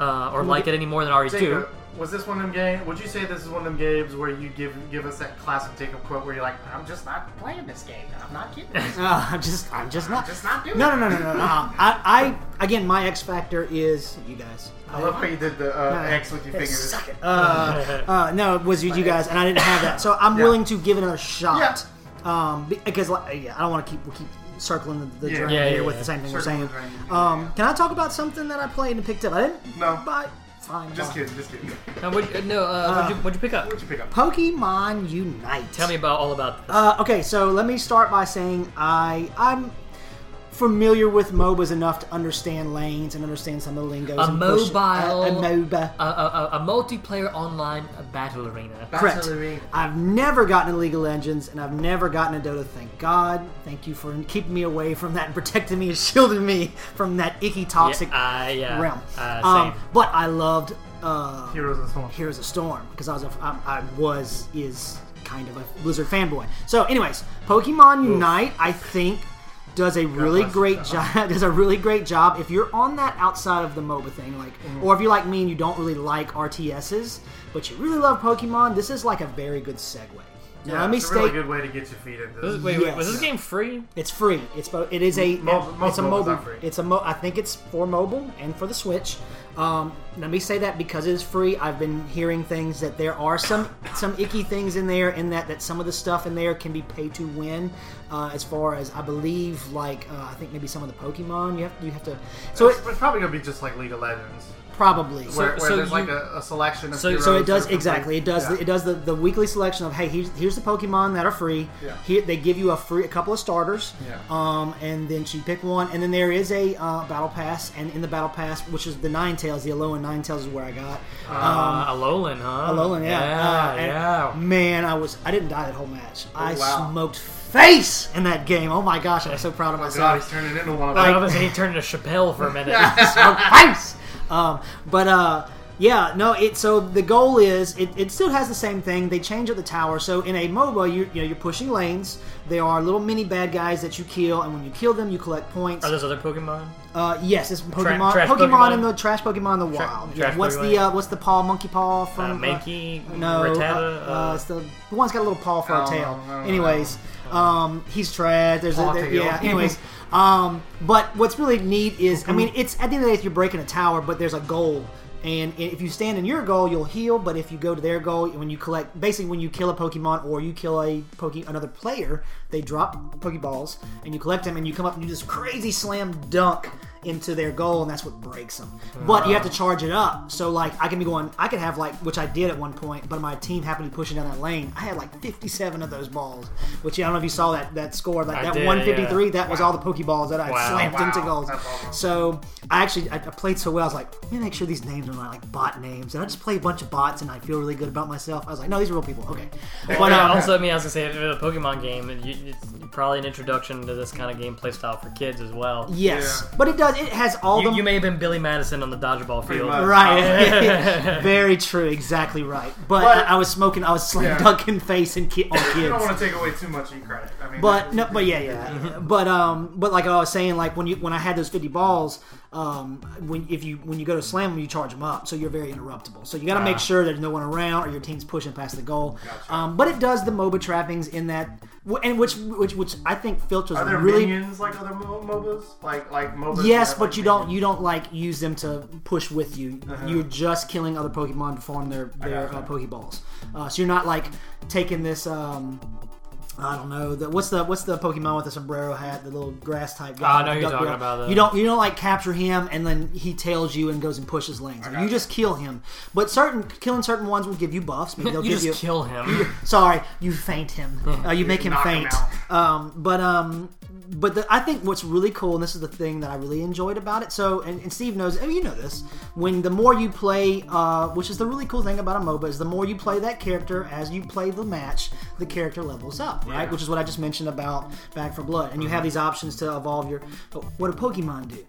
[SPEAKER 2] uh, or like it any more than I already do.
[SPEAKER 3] Jacob, was this one of them games? Would you say this is one of them games where you give give us that classic Jacob quote where you're like, I'm just not playing this game. I'm not getting this.
[SPEAKER 4] Uh, I'm just, I'm just not.
[SPEAKER 3] Just not doing
[SPEAKER 4] No,
[SPEAKER 3] it.
[SPEAKER 4] no, no, no, no. no. I, I, again, my X factor is you guys.
[SPEAKER 3] I love how you did the uh,
[SPEAKER 4] Yeah.
[SPEAKER 3] X with your fingers.
[SPEAKER 4] Suck it. Uh, uh, no, it was you, you guys, and I didn't have that, so I'm
[SPEAKER 3] Yeah.
[SPEAKER 4] willing to give it another shot. Um, be- because like, yeah, I don't want to keep we keep circling the, the
[SPEAKER 3] Yeah.
[SPEAKER 4] drain
[SPEAKER 3] Yeah,
[SPEAKER 4] here
[SPEAKER 2] yeah,
[SPEAKER 4] with
[SPEAKER 2] yeah.
[SPEAKER 4] the same thing
[SPEAKER 3] Circling
[SPEAKER 4] we're
[SPEAKER 3] the
[SPEAKER 4] saying.
[SPEAKER 3] drain.
[SPEAKER 4] Um, can I talk about something that I played and picked up? I didn't.
[SPEAKER 3] No.
[SPEAKER 4] But fine.
[SPEAKER 3] Just
[SPEAKER 4] fine.
[SPEAKER 3] kidding, just kidding.
[SPEAKER 2] Now, what, no, uh,
[SPEAKER 4] Ah.
[SPEAKER 2] what'd, you, what'd you pick up?
[SPEAKER 3] What'd you pick up?
[SPEAKER 4] Pokemon Unite.
[SPEAKER 2] Tell me about all about. This.
[SPEAKER 4] Uh, okay, so let me start by saying I I'm familiar with MOBAs enough to understand lanes and understand some of the lingo.
[SPEAKER 2] A
[SPEAKER 4] and push-
[SPEAKER 2] mobile,
[SPEAKER 4] a, a MOBA.
[SPEAKER 2] a, a, a multiplayer online battle arena.
[SPEAKER 4] Correct.
[SPEAKER 5] Arena.
[SPEAKER 4] I've never gotten a League of Legends, and I've never gotten a Dota. Thank God. Thank you for keeping me away from that and protecting me and shielding me from that icky, toxic
[SPEAKER 2] Yeah, uh, yeah.
[SPEAKER 4] realm.
[SPEAKER 2] Uh,
[SPEAKER 4] um,
[SPEAKER 2] same.
[SPEAKER 4] but I loved uh,
[SPEAKER 3] Heroes of the Storm.
[SPEAKER 4] Heroes of Storm because I was a, I, I was is kind of a Blizzard fanboy. So, anyways, Pokemon Unite, I think. Does a really
[SPEAKER 3] bless
[SPEAKER 4] great job. Does a really great job. If you're on that outside of the MOBA thing, like,
[SPEAKER 3] Mm.
[SPEAKER 4] or if you're like me and you don't really like RTSs, but you really love Pokemon, this is like a very good segue. Now, let me
[SPEAKER 3] it's a
[SPEAKER 4] state
[SPEAKER 3] really good way to get your feet into
[SPEAKER 2] This is-
[SPEAKER 3] this.
[SPEAKER 2] wait, wait, was
[SPEAKER 4] Yes.
[SPEAKER 2] this game free?
[SPEAKER 4] it's free. It's bo- it is a
[SPEAKER 3] Mo- most
[SPEAKER 4] it's a
[SPEAKER 3] mobiles
[SPEAKER 4] mobile.
[SPEAKER 3] are free.
[SPEAKER 4] It's a mo- I think it's for mobile and for the Switch. Um, let me say that because it is free, I've been hearing things that there are some some icky things in there, in that that some of the stuff in there can be pay to win. Uh, as far as I believe, like uh, I think maybe some of the Pokemon you have you have to. So it
[SPEAKER 3] It's, it's probably gonna be just like League of Legends,
[SPEAKER 4] probably
[SPEAKER 3] where, where
[SPEAKER 2] so
[SPEAKER 3] there's like
[SPEAKER 2] you-
[SPEAKER 3] a, a selection of
[SPEAKER 2] so-
[SPEAKER 3] heroes.
[SPEAKER 4] so it does
[SPEAKER 3] that are complete-
[SPEAKER 4] exactly it does
[SPEAKER 3] Yeah.
[SPEAKER 4] it does the, the weekly selection of hey here's, here's the pokemon that are free
[SPEAKER 3] Yeah.
[SPEAKER 4] here they give you a free a couple of starters
[SPEAKER 3] Yeah.
[SPEAKER 4] um and then you pick one and then there is a uh, battle pass and in the battle pass which is the nine tails the alolan nine tails is where i got
[SPEAKER 2] uh, Alolan, huh?
[SPEAKER 4] Um, alolan yeah
[SPEAKER 2] Yeah,
[SPEAKER 4] Uh, and
[SPEAKER 2] yeah.
[SPEAKER 4] man i was i didn't die that whole match i
[SPEAKER 5] wow.
[SPEAKER 4] smoked face in that game oh my gosh i was so proud of
[SPEAKER 3] Oh, God,
[SPEAKER 4] myself
[SPEAKER 3] he's turning into one of
[SPEAKER 2] I
[SPEAKER 3] those.
[SPEAKER 2] was he turned into Chappelle for a minute.
[SPEAKER 4] Thanks. Um, but uh, yeah, no. It so the goal is it, it still has the same thing. They change up the tower. So in a MOBA, you, you know you're pushing lanes. There are little mini bad guys that you kill, and when you kill them, you collect points.
[SPEAKER 2] Are those other Pokemon?
[SPEAKER 4] Uh, yes, it's Pokemon,
[SPEAKER 2] trash
[SPEAKER 4] Pokemon,
[SPEAKER 2] Pokemon?
[SPEAKER 4] in the trash Pokemon in the wild.
[SPEAKER 2] trash
[SPEAKER 4] Yeah, what's
[SPEAKER 2] Pokemon.
[SPEAKER 4] the uh, what's the paw monkey paw from
[SPEAKER 2] Uh,
[SPEAKER 4] uh,
[SPEAKER 2] Mankey,
[SPEAKER 4] no,
[SPEAKER 2] Rattata.
[SPEAKER 4] uh, uh, it's the, the one's got a little paw for a
[SPEAKER 3] Oh,
[SPEAKER 4] tail.
[SPEAKER 3] I don't know.
[SPEAKER 4] Anyways, um, he's trash. There's a,
[SPEAKER 3] Paw
[SPEAKER 4] there-
[SPEAKER 3] tail.
[SPEAKER 4] yeah. Anyways, um, but what's really neat is, I mean, it's at the end of the day, if you're breaking a tower, but there's a goal. And if you stand in your goal, you'll heal. But if you go to their goal, when you collect, basically when you kill a Pokemon or you kill a Poke, another player, they drop Pokeballs and you collect them, and you come up and do this crazy slam dunk into their goal, and that's what breaks them. But you have to charge it up. So like I can be going, I could have like which I did at one point, but my team happened to be pushing down that lane. I had like 57 of those balls, which I don't know if you saw that that score, like
[SPEAKER 2] I
[SPEAKER 4] that
[SPEAKER 2] did,
[SPEAKER 4] 153. That was all the Pokeballs that I
[SPEAKER 2] Wow.
[SPEAKER 4] slammed
[SPEAKER 3] Wow.
[SPEAKER 4] into goals.
[SPEAKER 3] That's awesome.
[SPEAKER 4] So I actually I, I played so well. I was like, let me make sure these names are not like bot names. And I just play a bunch of bots, and I feel really good about myself. I was like, no, these are real people. Okay,
[SPEAKER 2] But
[SPEAKER 4] but
[SPEAKER 2] uh,
[SPEAKER 4] um,
[SPEAKER 2] also, I mean, I was gonna say, if it's a Pokemon game, you, it's probably an introduction to this kind of gameplay style for kids as well.
[SPEAKER 4] yes, but it does. It has all
[SPEAKER 2] You,
[SPEAKER 4] the
[SPEAKER 2] you may have been Billy Madison on the dodgeball field.
[SPEAKER 3] much.
[SPEAKER 4] Right. Very true. Exactly right. But,
[SPEAKER 3] Oh. But-
[SPEAKER 4] I, I was smoking. I was slam
[SPEAKER 3] Yeah.
[SPEAKER 4] dunking face and ki- on
[SPEAKER 3] You don't
[SPEAKER 4] kids.
[SPEAKER 3] want to take away too much of your credit. I mean,
[SPEAKER 4] But no, but yeah, yeah. But um, but like I was saying, like when you when I had those fifty balls, um, when if you when you go to slam them, you charge them up, so you're very interruptible. So you got to make sure there's no one around or your team's pushing past the goal. Um, but it does the MOBA trappings in that, wh- and which which which I think filters
[SPEAKER 3] Are there
[SPEAKER 4] really
[SPEAKER 3] minions like other mo- MOBAs? Like like MOBAs?
[SPEAKER 4] Yes,
[SPEAKER 3] have,
[SPEAKER 4] but
[SPEAKER 3] like,
[SPEAKER 4] you don't
[SPEAKER 3] minions?
[SPEAKER 4] you don't like use them to push with you.
[SPEAKER 2] Uh-huh.
[SPEAKER 4] You're just killing other Pokemon to farm their their uh, Pokeballs. Uh, so you're not like taking this. Um, I don't know. The, what's the what's the Pokemon with the sombrero hat, the little grass type guy?
[SPEAKER 2] Ah, I know
[SPEAKER 4] the
[SPEAKER 2] who you're
[SPEAKER 4] duck
[SPEAKER 2] talking
[SPEAKER 4] bill?
[SPEAKER 2] about, uh, though.
[SPEAKER 4] You don't you don't like capture him and then he tails you and goes and pushes lanes. Like, you just kill him. But certain killing certain ones will give you buffs. Maybe they'll
[SPEAKER 2] You
[SPEAKER 4] give
[SPEAKER 2] just
[SPEAKER 4] you
[SPEAKER 2] kill him.
[SPEAKER 4] Sorry, you faint him. Uh, you make him
[SPEAKER 3] knock him
[SPEAKER 4] faint. um, but um, but the, I think what's really cool, and this is the thing that I really enjoyed about it. So, and, and Steve knows, and you know this. When the more you play, uh, which is the really cool thing about a MOBA, is the more you play that character, as you play the match, the character levels up, right? Which is what I just mentioned about Back for Blood, and you have these options to evolve your. But what do Pokemon do?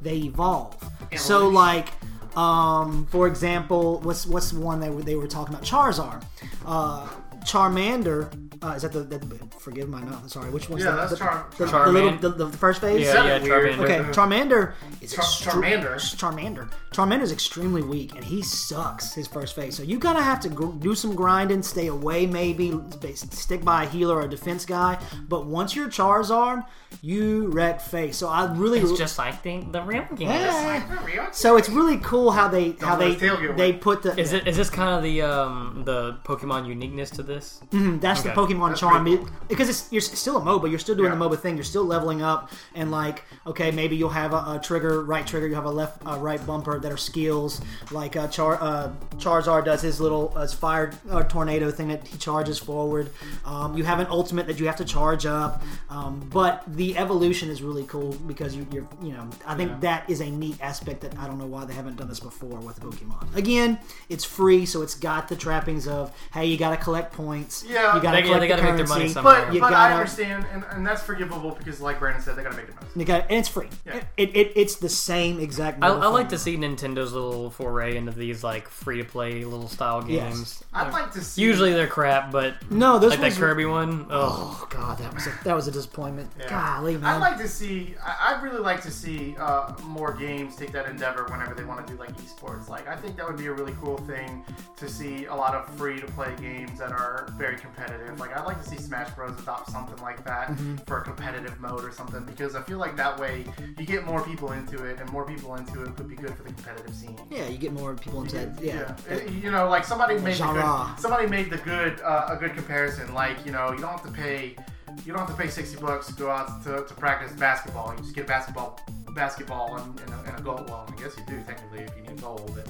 [SPEAKER 4] They evolve. So like. Um, for example, what's what's the one that they were talking about? Charizard, uh, Charmander. Uh, is that the, that the forgive my mouth? Sorry, which one's
[SPEAKER 3] Yeah,
[SPEAKER 4] the,
[SPEAKER 3] that's
[SPEAKER 4] the,
[SPEAKER 3] Char-
[SPEAKER 4] the, the,
[SPEAKER 2] Charman-
[SPEAKER 4] little, the, the, the first phase?
[SPEAKER 2] Yeah, yeah,
[SPEAKER 3] that weird?
[SPEAKER 2] Charmander.
[SPEAKER 4] Okay, Charmander is
[SPEAKER 3] Char- Charmander?
[SPEAKER 4] Charmander. Charmander is extremely weak, and he sucks his first phase. So you gotta have to gr- do some grinding, stay away, maybe s- stick by a healer or a defense guy. But once you're Charizard, you wreck face. So I really
[SPEAKER 2] It's just like the, the real game.
[SPEAKER 4] Yeah.
[SPEAKER 3] There we are.
[SPEAKER 4] So it's really cool how they how
[SPEAKER 3] let
[SPEAKER 4] they
[SPEAKER 3] his tail get
[SPEAKER 4] they
[SPEAKER 3] wet.
[SPEAKER 4] put the
[SPEAKER 2] Is it is this kind of the um, the Pokemon uniqueness to this?
[SPEAKER 4] That's the
[SPEAKER 2] Okay.
[SPEAKER 4] Pokemon
[SPEAKER 3] That's
[SPEAKER 4] charm
[SPEAKER 3] pretty cool.
[SPEAKER 4] It- because it's you're s- still a MOBA. You're still doing
[SPEAKER 3] Yeah.
[SPEAKER 4] the MOBA thing. You're still leveling up and like okay, maybe you'll have a, a trigger, right trigger. You have a left, uh, right bumper that are skills. Like uh, Char uh, Charizard does his little uh, his fire uh, tornado thing that he charges forward. Um, you have an ultimate that you have to charge up. Um, but the evolution is really cool because you, you're you know I think that is a neat aspect that I don't know why they haven't done this before with Pokemon. Again, it's free, so it's got the trappings of hey, you got to collect points.
[SPEAKER 3] Yeah.
[SPEAKER 4] you got
[SPEAKER 3] They-
[SPEAKER 4] to
[SPEAKER 2] they
[SPEAKER 4] collect the
[SPEAKER 2] gotta make their
[SPEAKER 4] currency.
[SPEAKER 2] money somehow.
[SPEAKER 3] But
[SPEAKER 4] You
[SPEAKER 3] but I
[SPEAKER 4] gotta-
[SPEAKER 3] understand, and, and that's forgivable because, like Brandon said, they gotta make it nice.
[SPEAKER 4] You gotta- and it's free.
[SPEAKER 3] Yeah.
[SPEAKER 4] It, it, it's the same exact.
[SPEAKER 2] I,
[SPEAKER 4] mobile
[SPEAKER 2] I like to
[SPEAKER 4] phone.
[SPEAKER 2] see Nintendo's little foray into these like free to play little style
[SPEAKER 4] Yes.
[SPEAKER 2] games.
[SPEAKER 3] I'd like to see.
[SPEAKER 2] Usually they're crap, but
[SPEAKER 4] No, those
[SPEAKER 2] like that
[SPEAKER 4] ones.
[SPEAKER 2] Kirby one, oh,
[SPEAKER 4] oh god, that was a, that was a disappointment.
[SPEAKER 3] Yeah.
[SPEAKER 4] Golly man.
[SPEAKER 3] I'd like to see. I- I'd really like to see uh, more games take that endeavor whenever they want to do like esports. Like, I think that would be a really cool thing to see a lot of free to play games that are very competitive. Like, I'd like to see Smash Bros. adopt something like that
[SPEAKER 4] Mm-hmm.
[SPEAKER 3] for a competitive mode or something because I feel like that way you get more people into it, and more people into it would be good for the competitive scene.
[SPEAKER 4] yeah, you get more people into that. Yeah.
[SPEAKER 3] Yeah, you know, like somebody made the
[SPEAKER 4] Genre.
[SPEAKER 3] good, somebody made the good uh, a good comparison. Like you know, you don't have to pay you don't have to pay sixty bucks to go out to, to practice basketball. You just get basketball basketball and, and, a, and a goal. Well, I guess you do technically if you need a goal, but.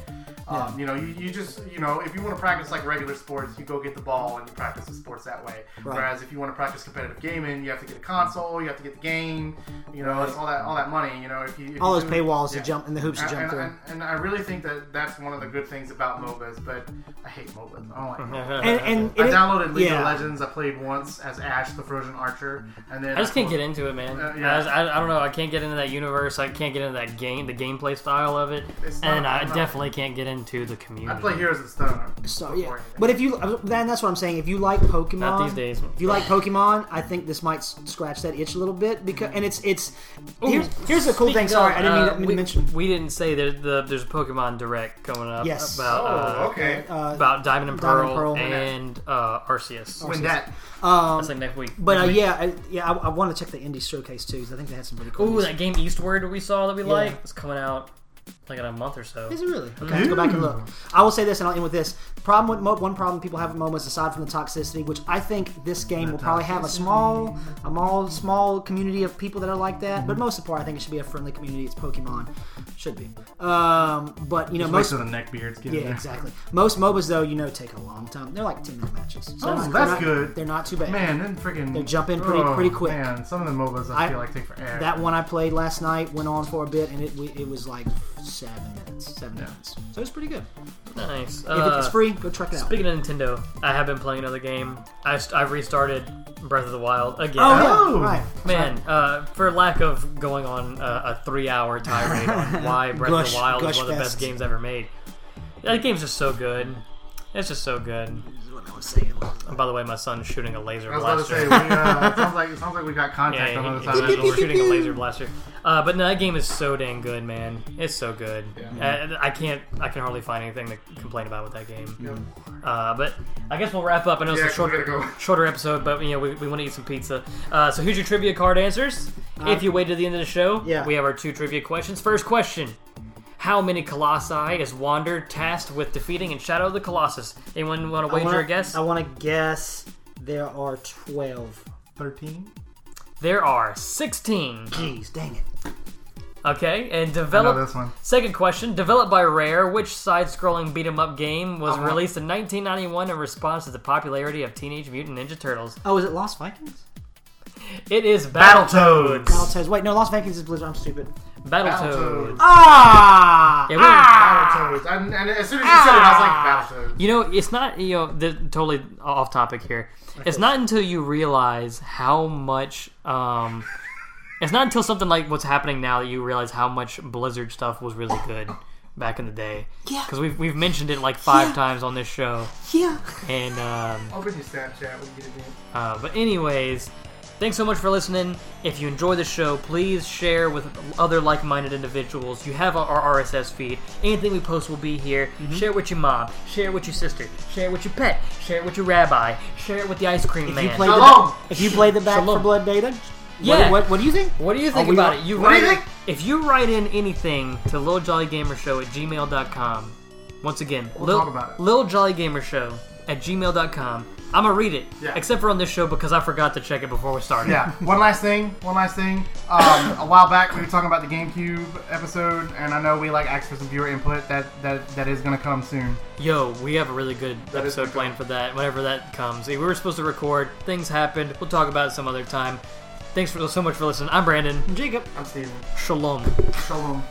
[SPEAKER 3] Um, You know, you, you just, you know, if you want to practice like regular sports, you go get the ball and you practice the sports that way.
[SPEAKER 4] Right.
[SPEAKER 3] Whereas if you want to practice competitive gaming, you have to get a console, you have to get the game, you know, it's all that all that money. You know, if you if
[SPEAKER 4] All
[SPEAKER 3] you
[SPEAKER 4] those
[SPEAKER 3] do-
[SPEAKER 4] paywalls
[SPEAKER 3] yeah.
[SPEAKER 4] to jump and the hoops to
[SPEAKER 3] And,
[SPEAKER 4] jump
[SPEAKER 3] and,
[SPEAKER 4] through.
[SPEAKER 3] and, and I really think that that's one of the good things about MOBAs, but I hate MOBAs. I don't like MOBAs.
[SPEAKER 4] and, and
[SPEAKER 3] I
[SPEAKER 4] it-
[SPEAKER 3] downloaded League
[SPEAKER 4] yeah.
[SPEAKER 3] of Legends. I played once as Ash, the Frozen Archer, and then
[SPEAKER 2] I just can't get into it, man.
[SPEAKER 3] Uh, yeah.
[SPEAKER 2] I, just- I, I don't know. I can't get into that universe. I can't get into that game, the gameplay style of it,
[SPEAKER 3] It's
[SPEAKER 2] and
[SPEAKER 3] not-
[SPEAKER 2] I
[SPEAKER 3] not-
[SPEAKER 2] definitely can't get into the community.
[SPEAKER 3] I play Heroes of Stone.
[SPEAKER 4] So
[SPEAKER 3] before
[SPEAKER 4] yeah,
[SPEAKER 3] anything.
[SPEAKER 4] but if you then that's what I'm saying. If you like Pokemon,
[SPEAKER 2] Not these days.
[SPEAKER 4] If you like Pokemon, I think this might s- scratch that itch a little bit because and it's it's here's here's the cool
[SPEAKER 2] Speaking
[SPEAKER 4] thing. Sorry,
[SPEAKER 2] of,
[SPEAKER 4] I didn't mean,
[SPEAKER 2] uh,
[SPEAKER 4] I didn't
[SPEAKER 2] we,
[SPEAKER 4] mention.
[SPEAKER 2] We didn't say there's the there's a Pokemon Direct coming up.
[SPEAKER 4] Yes.
[SPEAKER 2] About uh,
[SPEAKER 3] Oh, okay.
[SPEAKER 4] Uh,
[SPEAKER 2] about Diamond and Pearl,
[SPEAKER 4] Diamond and Pearl. Oh.
[SPEAKER 2] and uh, Arceus.
[SPEAKER 3] when that
[SPEAKER 2] That's like next week.
[SPEAKER 4] but uh, yeah, I, yeah, I, I want to check the indie showcase too because I think they had some pretty cool.
[SPEAKER 2] Ooh,
[SPEAKER 4] indies.
[SPEAKER 2] that game Eastward we saw that we like is coming out like in a month or so.
[SPEAKER 4] Is it really? Okay, let's go back and
[SPEAKER 3] Mm.
[SPEAKER 4] look. I will say this, and I'll end with this. Problem with Mo- one problem people have with MOBAs, aside from the toxicity, which I think this game will probably have a small, a small, small community of people that are like that. But most of the part, I think it should be a friendly community. It's Pokemon, should be. Um, but you know, most
[SPEAKER 3] the neckbeards get
[SPEAKER 4] yeah, exactly. Most MOBAs though, you know, take a long time. They're like ten minute matches. So
[SPEAKER 3] Oh,
[SPEAKER 4] they're not-
[SPEAKER 3] that's
[SPEAKER 4] they're not-
[SPEAKER 3] good.
[SPEAKER 4] They're not too bad.
[SPEAKER 3] Man, then freaking they
[SPEAKER 4] jump in pretty- pretty quick.
[SPEAKER 3] Man, some of the MOBAs I,
[SPEAKER 4] I-
[SPEAKER 3] feel like take forever.
[SPEAKER 4] That one I played last night went on for a bit, and it we- it was like seven minutes, seven minutes. So it's pretty good.
[SPEAKER 2] Nice.
[SPEAKER 4] If
[SPEAKER 2] Uh,
[SPEAKER 4] it's free, go check it out.
[SPEAKER 2] Speaking of Nintendo, I have been playing another game. I, st- I've restarted Breath of the Wild again.
[SPEAKER 4] Oh,
[SPEAKER 3] Oh.
[SPEAKER 4] yeah, right.
[SPEAKER 2] Man, uh, for lack of going on uh, a, a three-hour tirade on why Breath of
[SPEAKER 4] Gush-
[SPEAKER 2] the Wild is
[SPEAKER 4] gush
[SPEAKER 2] one of the
[SPEAKER 4] fest.
[SPEAKER 2] best games ever made, that game's just so good. It's just so good.
[SPEAKER 4] what I was saying.
[SPEAKER 2] And by the way, my son's shooting a laser
[SPEAKER 3] I was about to
[SPEAKER 2] blaster.
[SPEAKER 3] say, we, uh, it sounds like it sounds like we got contact
[SPEAKER 2] Yeah,
[SPEAKER 3] on the
[SPEAKER 2] he-
[SPEAKER 3] other side of
[SPEAKER 2] he's
[SPEAKER 3] that
[SPEAKER 2] shooting
[SPEAKER 3] door.
[SPEAKER 2] shooting a laser blaster. Uh, but no, that game is so dang good, man. It's so good. Uh, I can't, I can hardly find anything to complain about with that game. Uh, but I guess we'll wrap up. I know
[SPEAKER 3] Yeah,
[SPEAKER 2] it's a shorter,
[SPEAKER 3] we gotta go.
[SPEAKER 2] shorter episode, but you know we, we want to eat some pizza. Uh, so who's your trivia card answers?
[SPEAKER 3] Uh,
[SPEAKER 2] if you wait to the end of the show,
[SPEAKER 4] yeah.
[SPEAKER 2] we have our two trivia questions. First question. How many colossi is Wander tasked with defeating in Shadow of the Colossus? Anyone want to wager a guess?
[SPEAKER 4] I want to guess there are 12.
[SPEAKER 3] Thirteen.
[SPEAKER 2] There are 16.
[SPEAKER 4] Jeez, dang it.
[SPEAKER 2] Okay, and
[SPEAKER 3] I know
[SPEAKER 2] developed
[SPEAKER 3] this one.
[SPEAKER 2] Second question, developed by Rare, which side-scrolling beat-em-up game was
[SPEAKER 3] Uh-huh.
[SPEAKER 2] released in 1991 in response to the popularity of Teenage Mutant Ninja Turtles?
[SPEAKER 4] Oh, is it Lost Vikings?
[SPEAKER 2] It is Battletoads.
[SPEAKER 4] Oh, it says, wait, no, Lost Vikings is Blizzard. I'm stupid.
[SPEAKER 2] Battletoads.
[SPEAKER 4] Ah!
[SPEAKER 2] Yeah, we-
[SPEAKER 3] Battletoads. And, and as soon as you said it, I was like, Battletoads.
[SPEAKER 2] You know, it's not you know the, totally off topic here. It's not until you realize how much. Um, it's not until something like what's happening now that you realize how much Blizzard stuff was really good back in the day.
[SPEAKER 4] Yeah.
[SPEAKER 2] Because we've we've mentioned it like five
[SPEAKER 4] Yeah.
[SPEAKER 2] times on this show,
[SPEAKER 4] yeah.
[SPEAKER 2] and. Um,
[SPEAKER 3] Open your Snapchat when you get a chance.
[SPEAKER 2] Uh, but anyways, thanks so much for listening. If you enjoy the show, please share with other like-minded individuals. You have our RSS feed. Anything we post will be here.
[SPEAKER 3] Mm-hmm.
[SPEAKER 2] Share it with your mom. Share it with your sister. Share it with your pet. Share it with your rabbi. Share it with the ice cream man.
[SPEAKER 4] You played the,
[SPEAKER 3] Shalom.
[SPEAKER 4] if you played the Back for
[SPEAKER 2] Shalom.
[SPEAKER 4] Blood beta,
[SPEAKER 2] Yeah.
[SPEAKER 4] what, what, what do you think?
[SPEAKER 2] what do you
[SPEAKER 4] Are
[SPEAKER 2] think
[SPEAKER 4] we
[SPEAKER 2] about
[SPEAKER 4] on-
[SPEAKER 2] it? You
[SPEAKER 3] What do you
[SPEAKER 2] write-
[SPEAKER 3] think?
[SPEAKER 2] If you write in anything to liljollygamershow at gmail.com, once again,
[SPEAKER 3] talk about it.
[SPEAKER 2] Lil, liljollygamershow at gmail.com, I'm gonna read it,
[SPEAKER 3] Yeah.
[SPEAKER 2] except for on this show because I forgot to check it before we started.
[SPEAKER 3] Yeah. One last thing. One last thing. Um, a while back, we were talking about the GameCube episode, and I know we like asked for some viewer input. That that that is gonna come soon.
[SPEAKER 2] Yo, we have a really good
[SPEAKER 3] is
[SPEAKER 2] episode
[SPEAKER 3] gonna
[SPEAKER 2] planned for that. Whenever that comes, we were supposed to record. Things happened. We'll talk about it some other time. Thanks for so much for listening. I'm Brandon.
[SPEAKER 4] Jacob.
[SPEAKER 3] I'm Steven.
[SPEAKER 2] Shalom.
[SPEAKER 3] Shalom.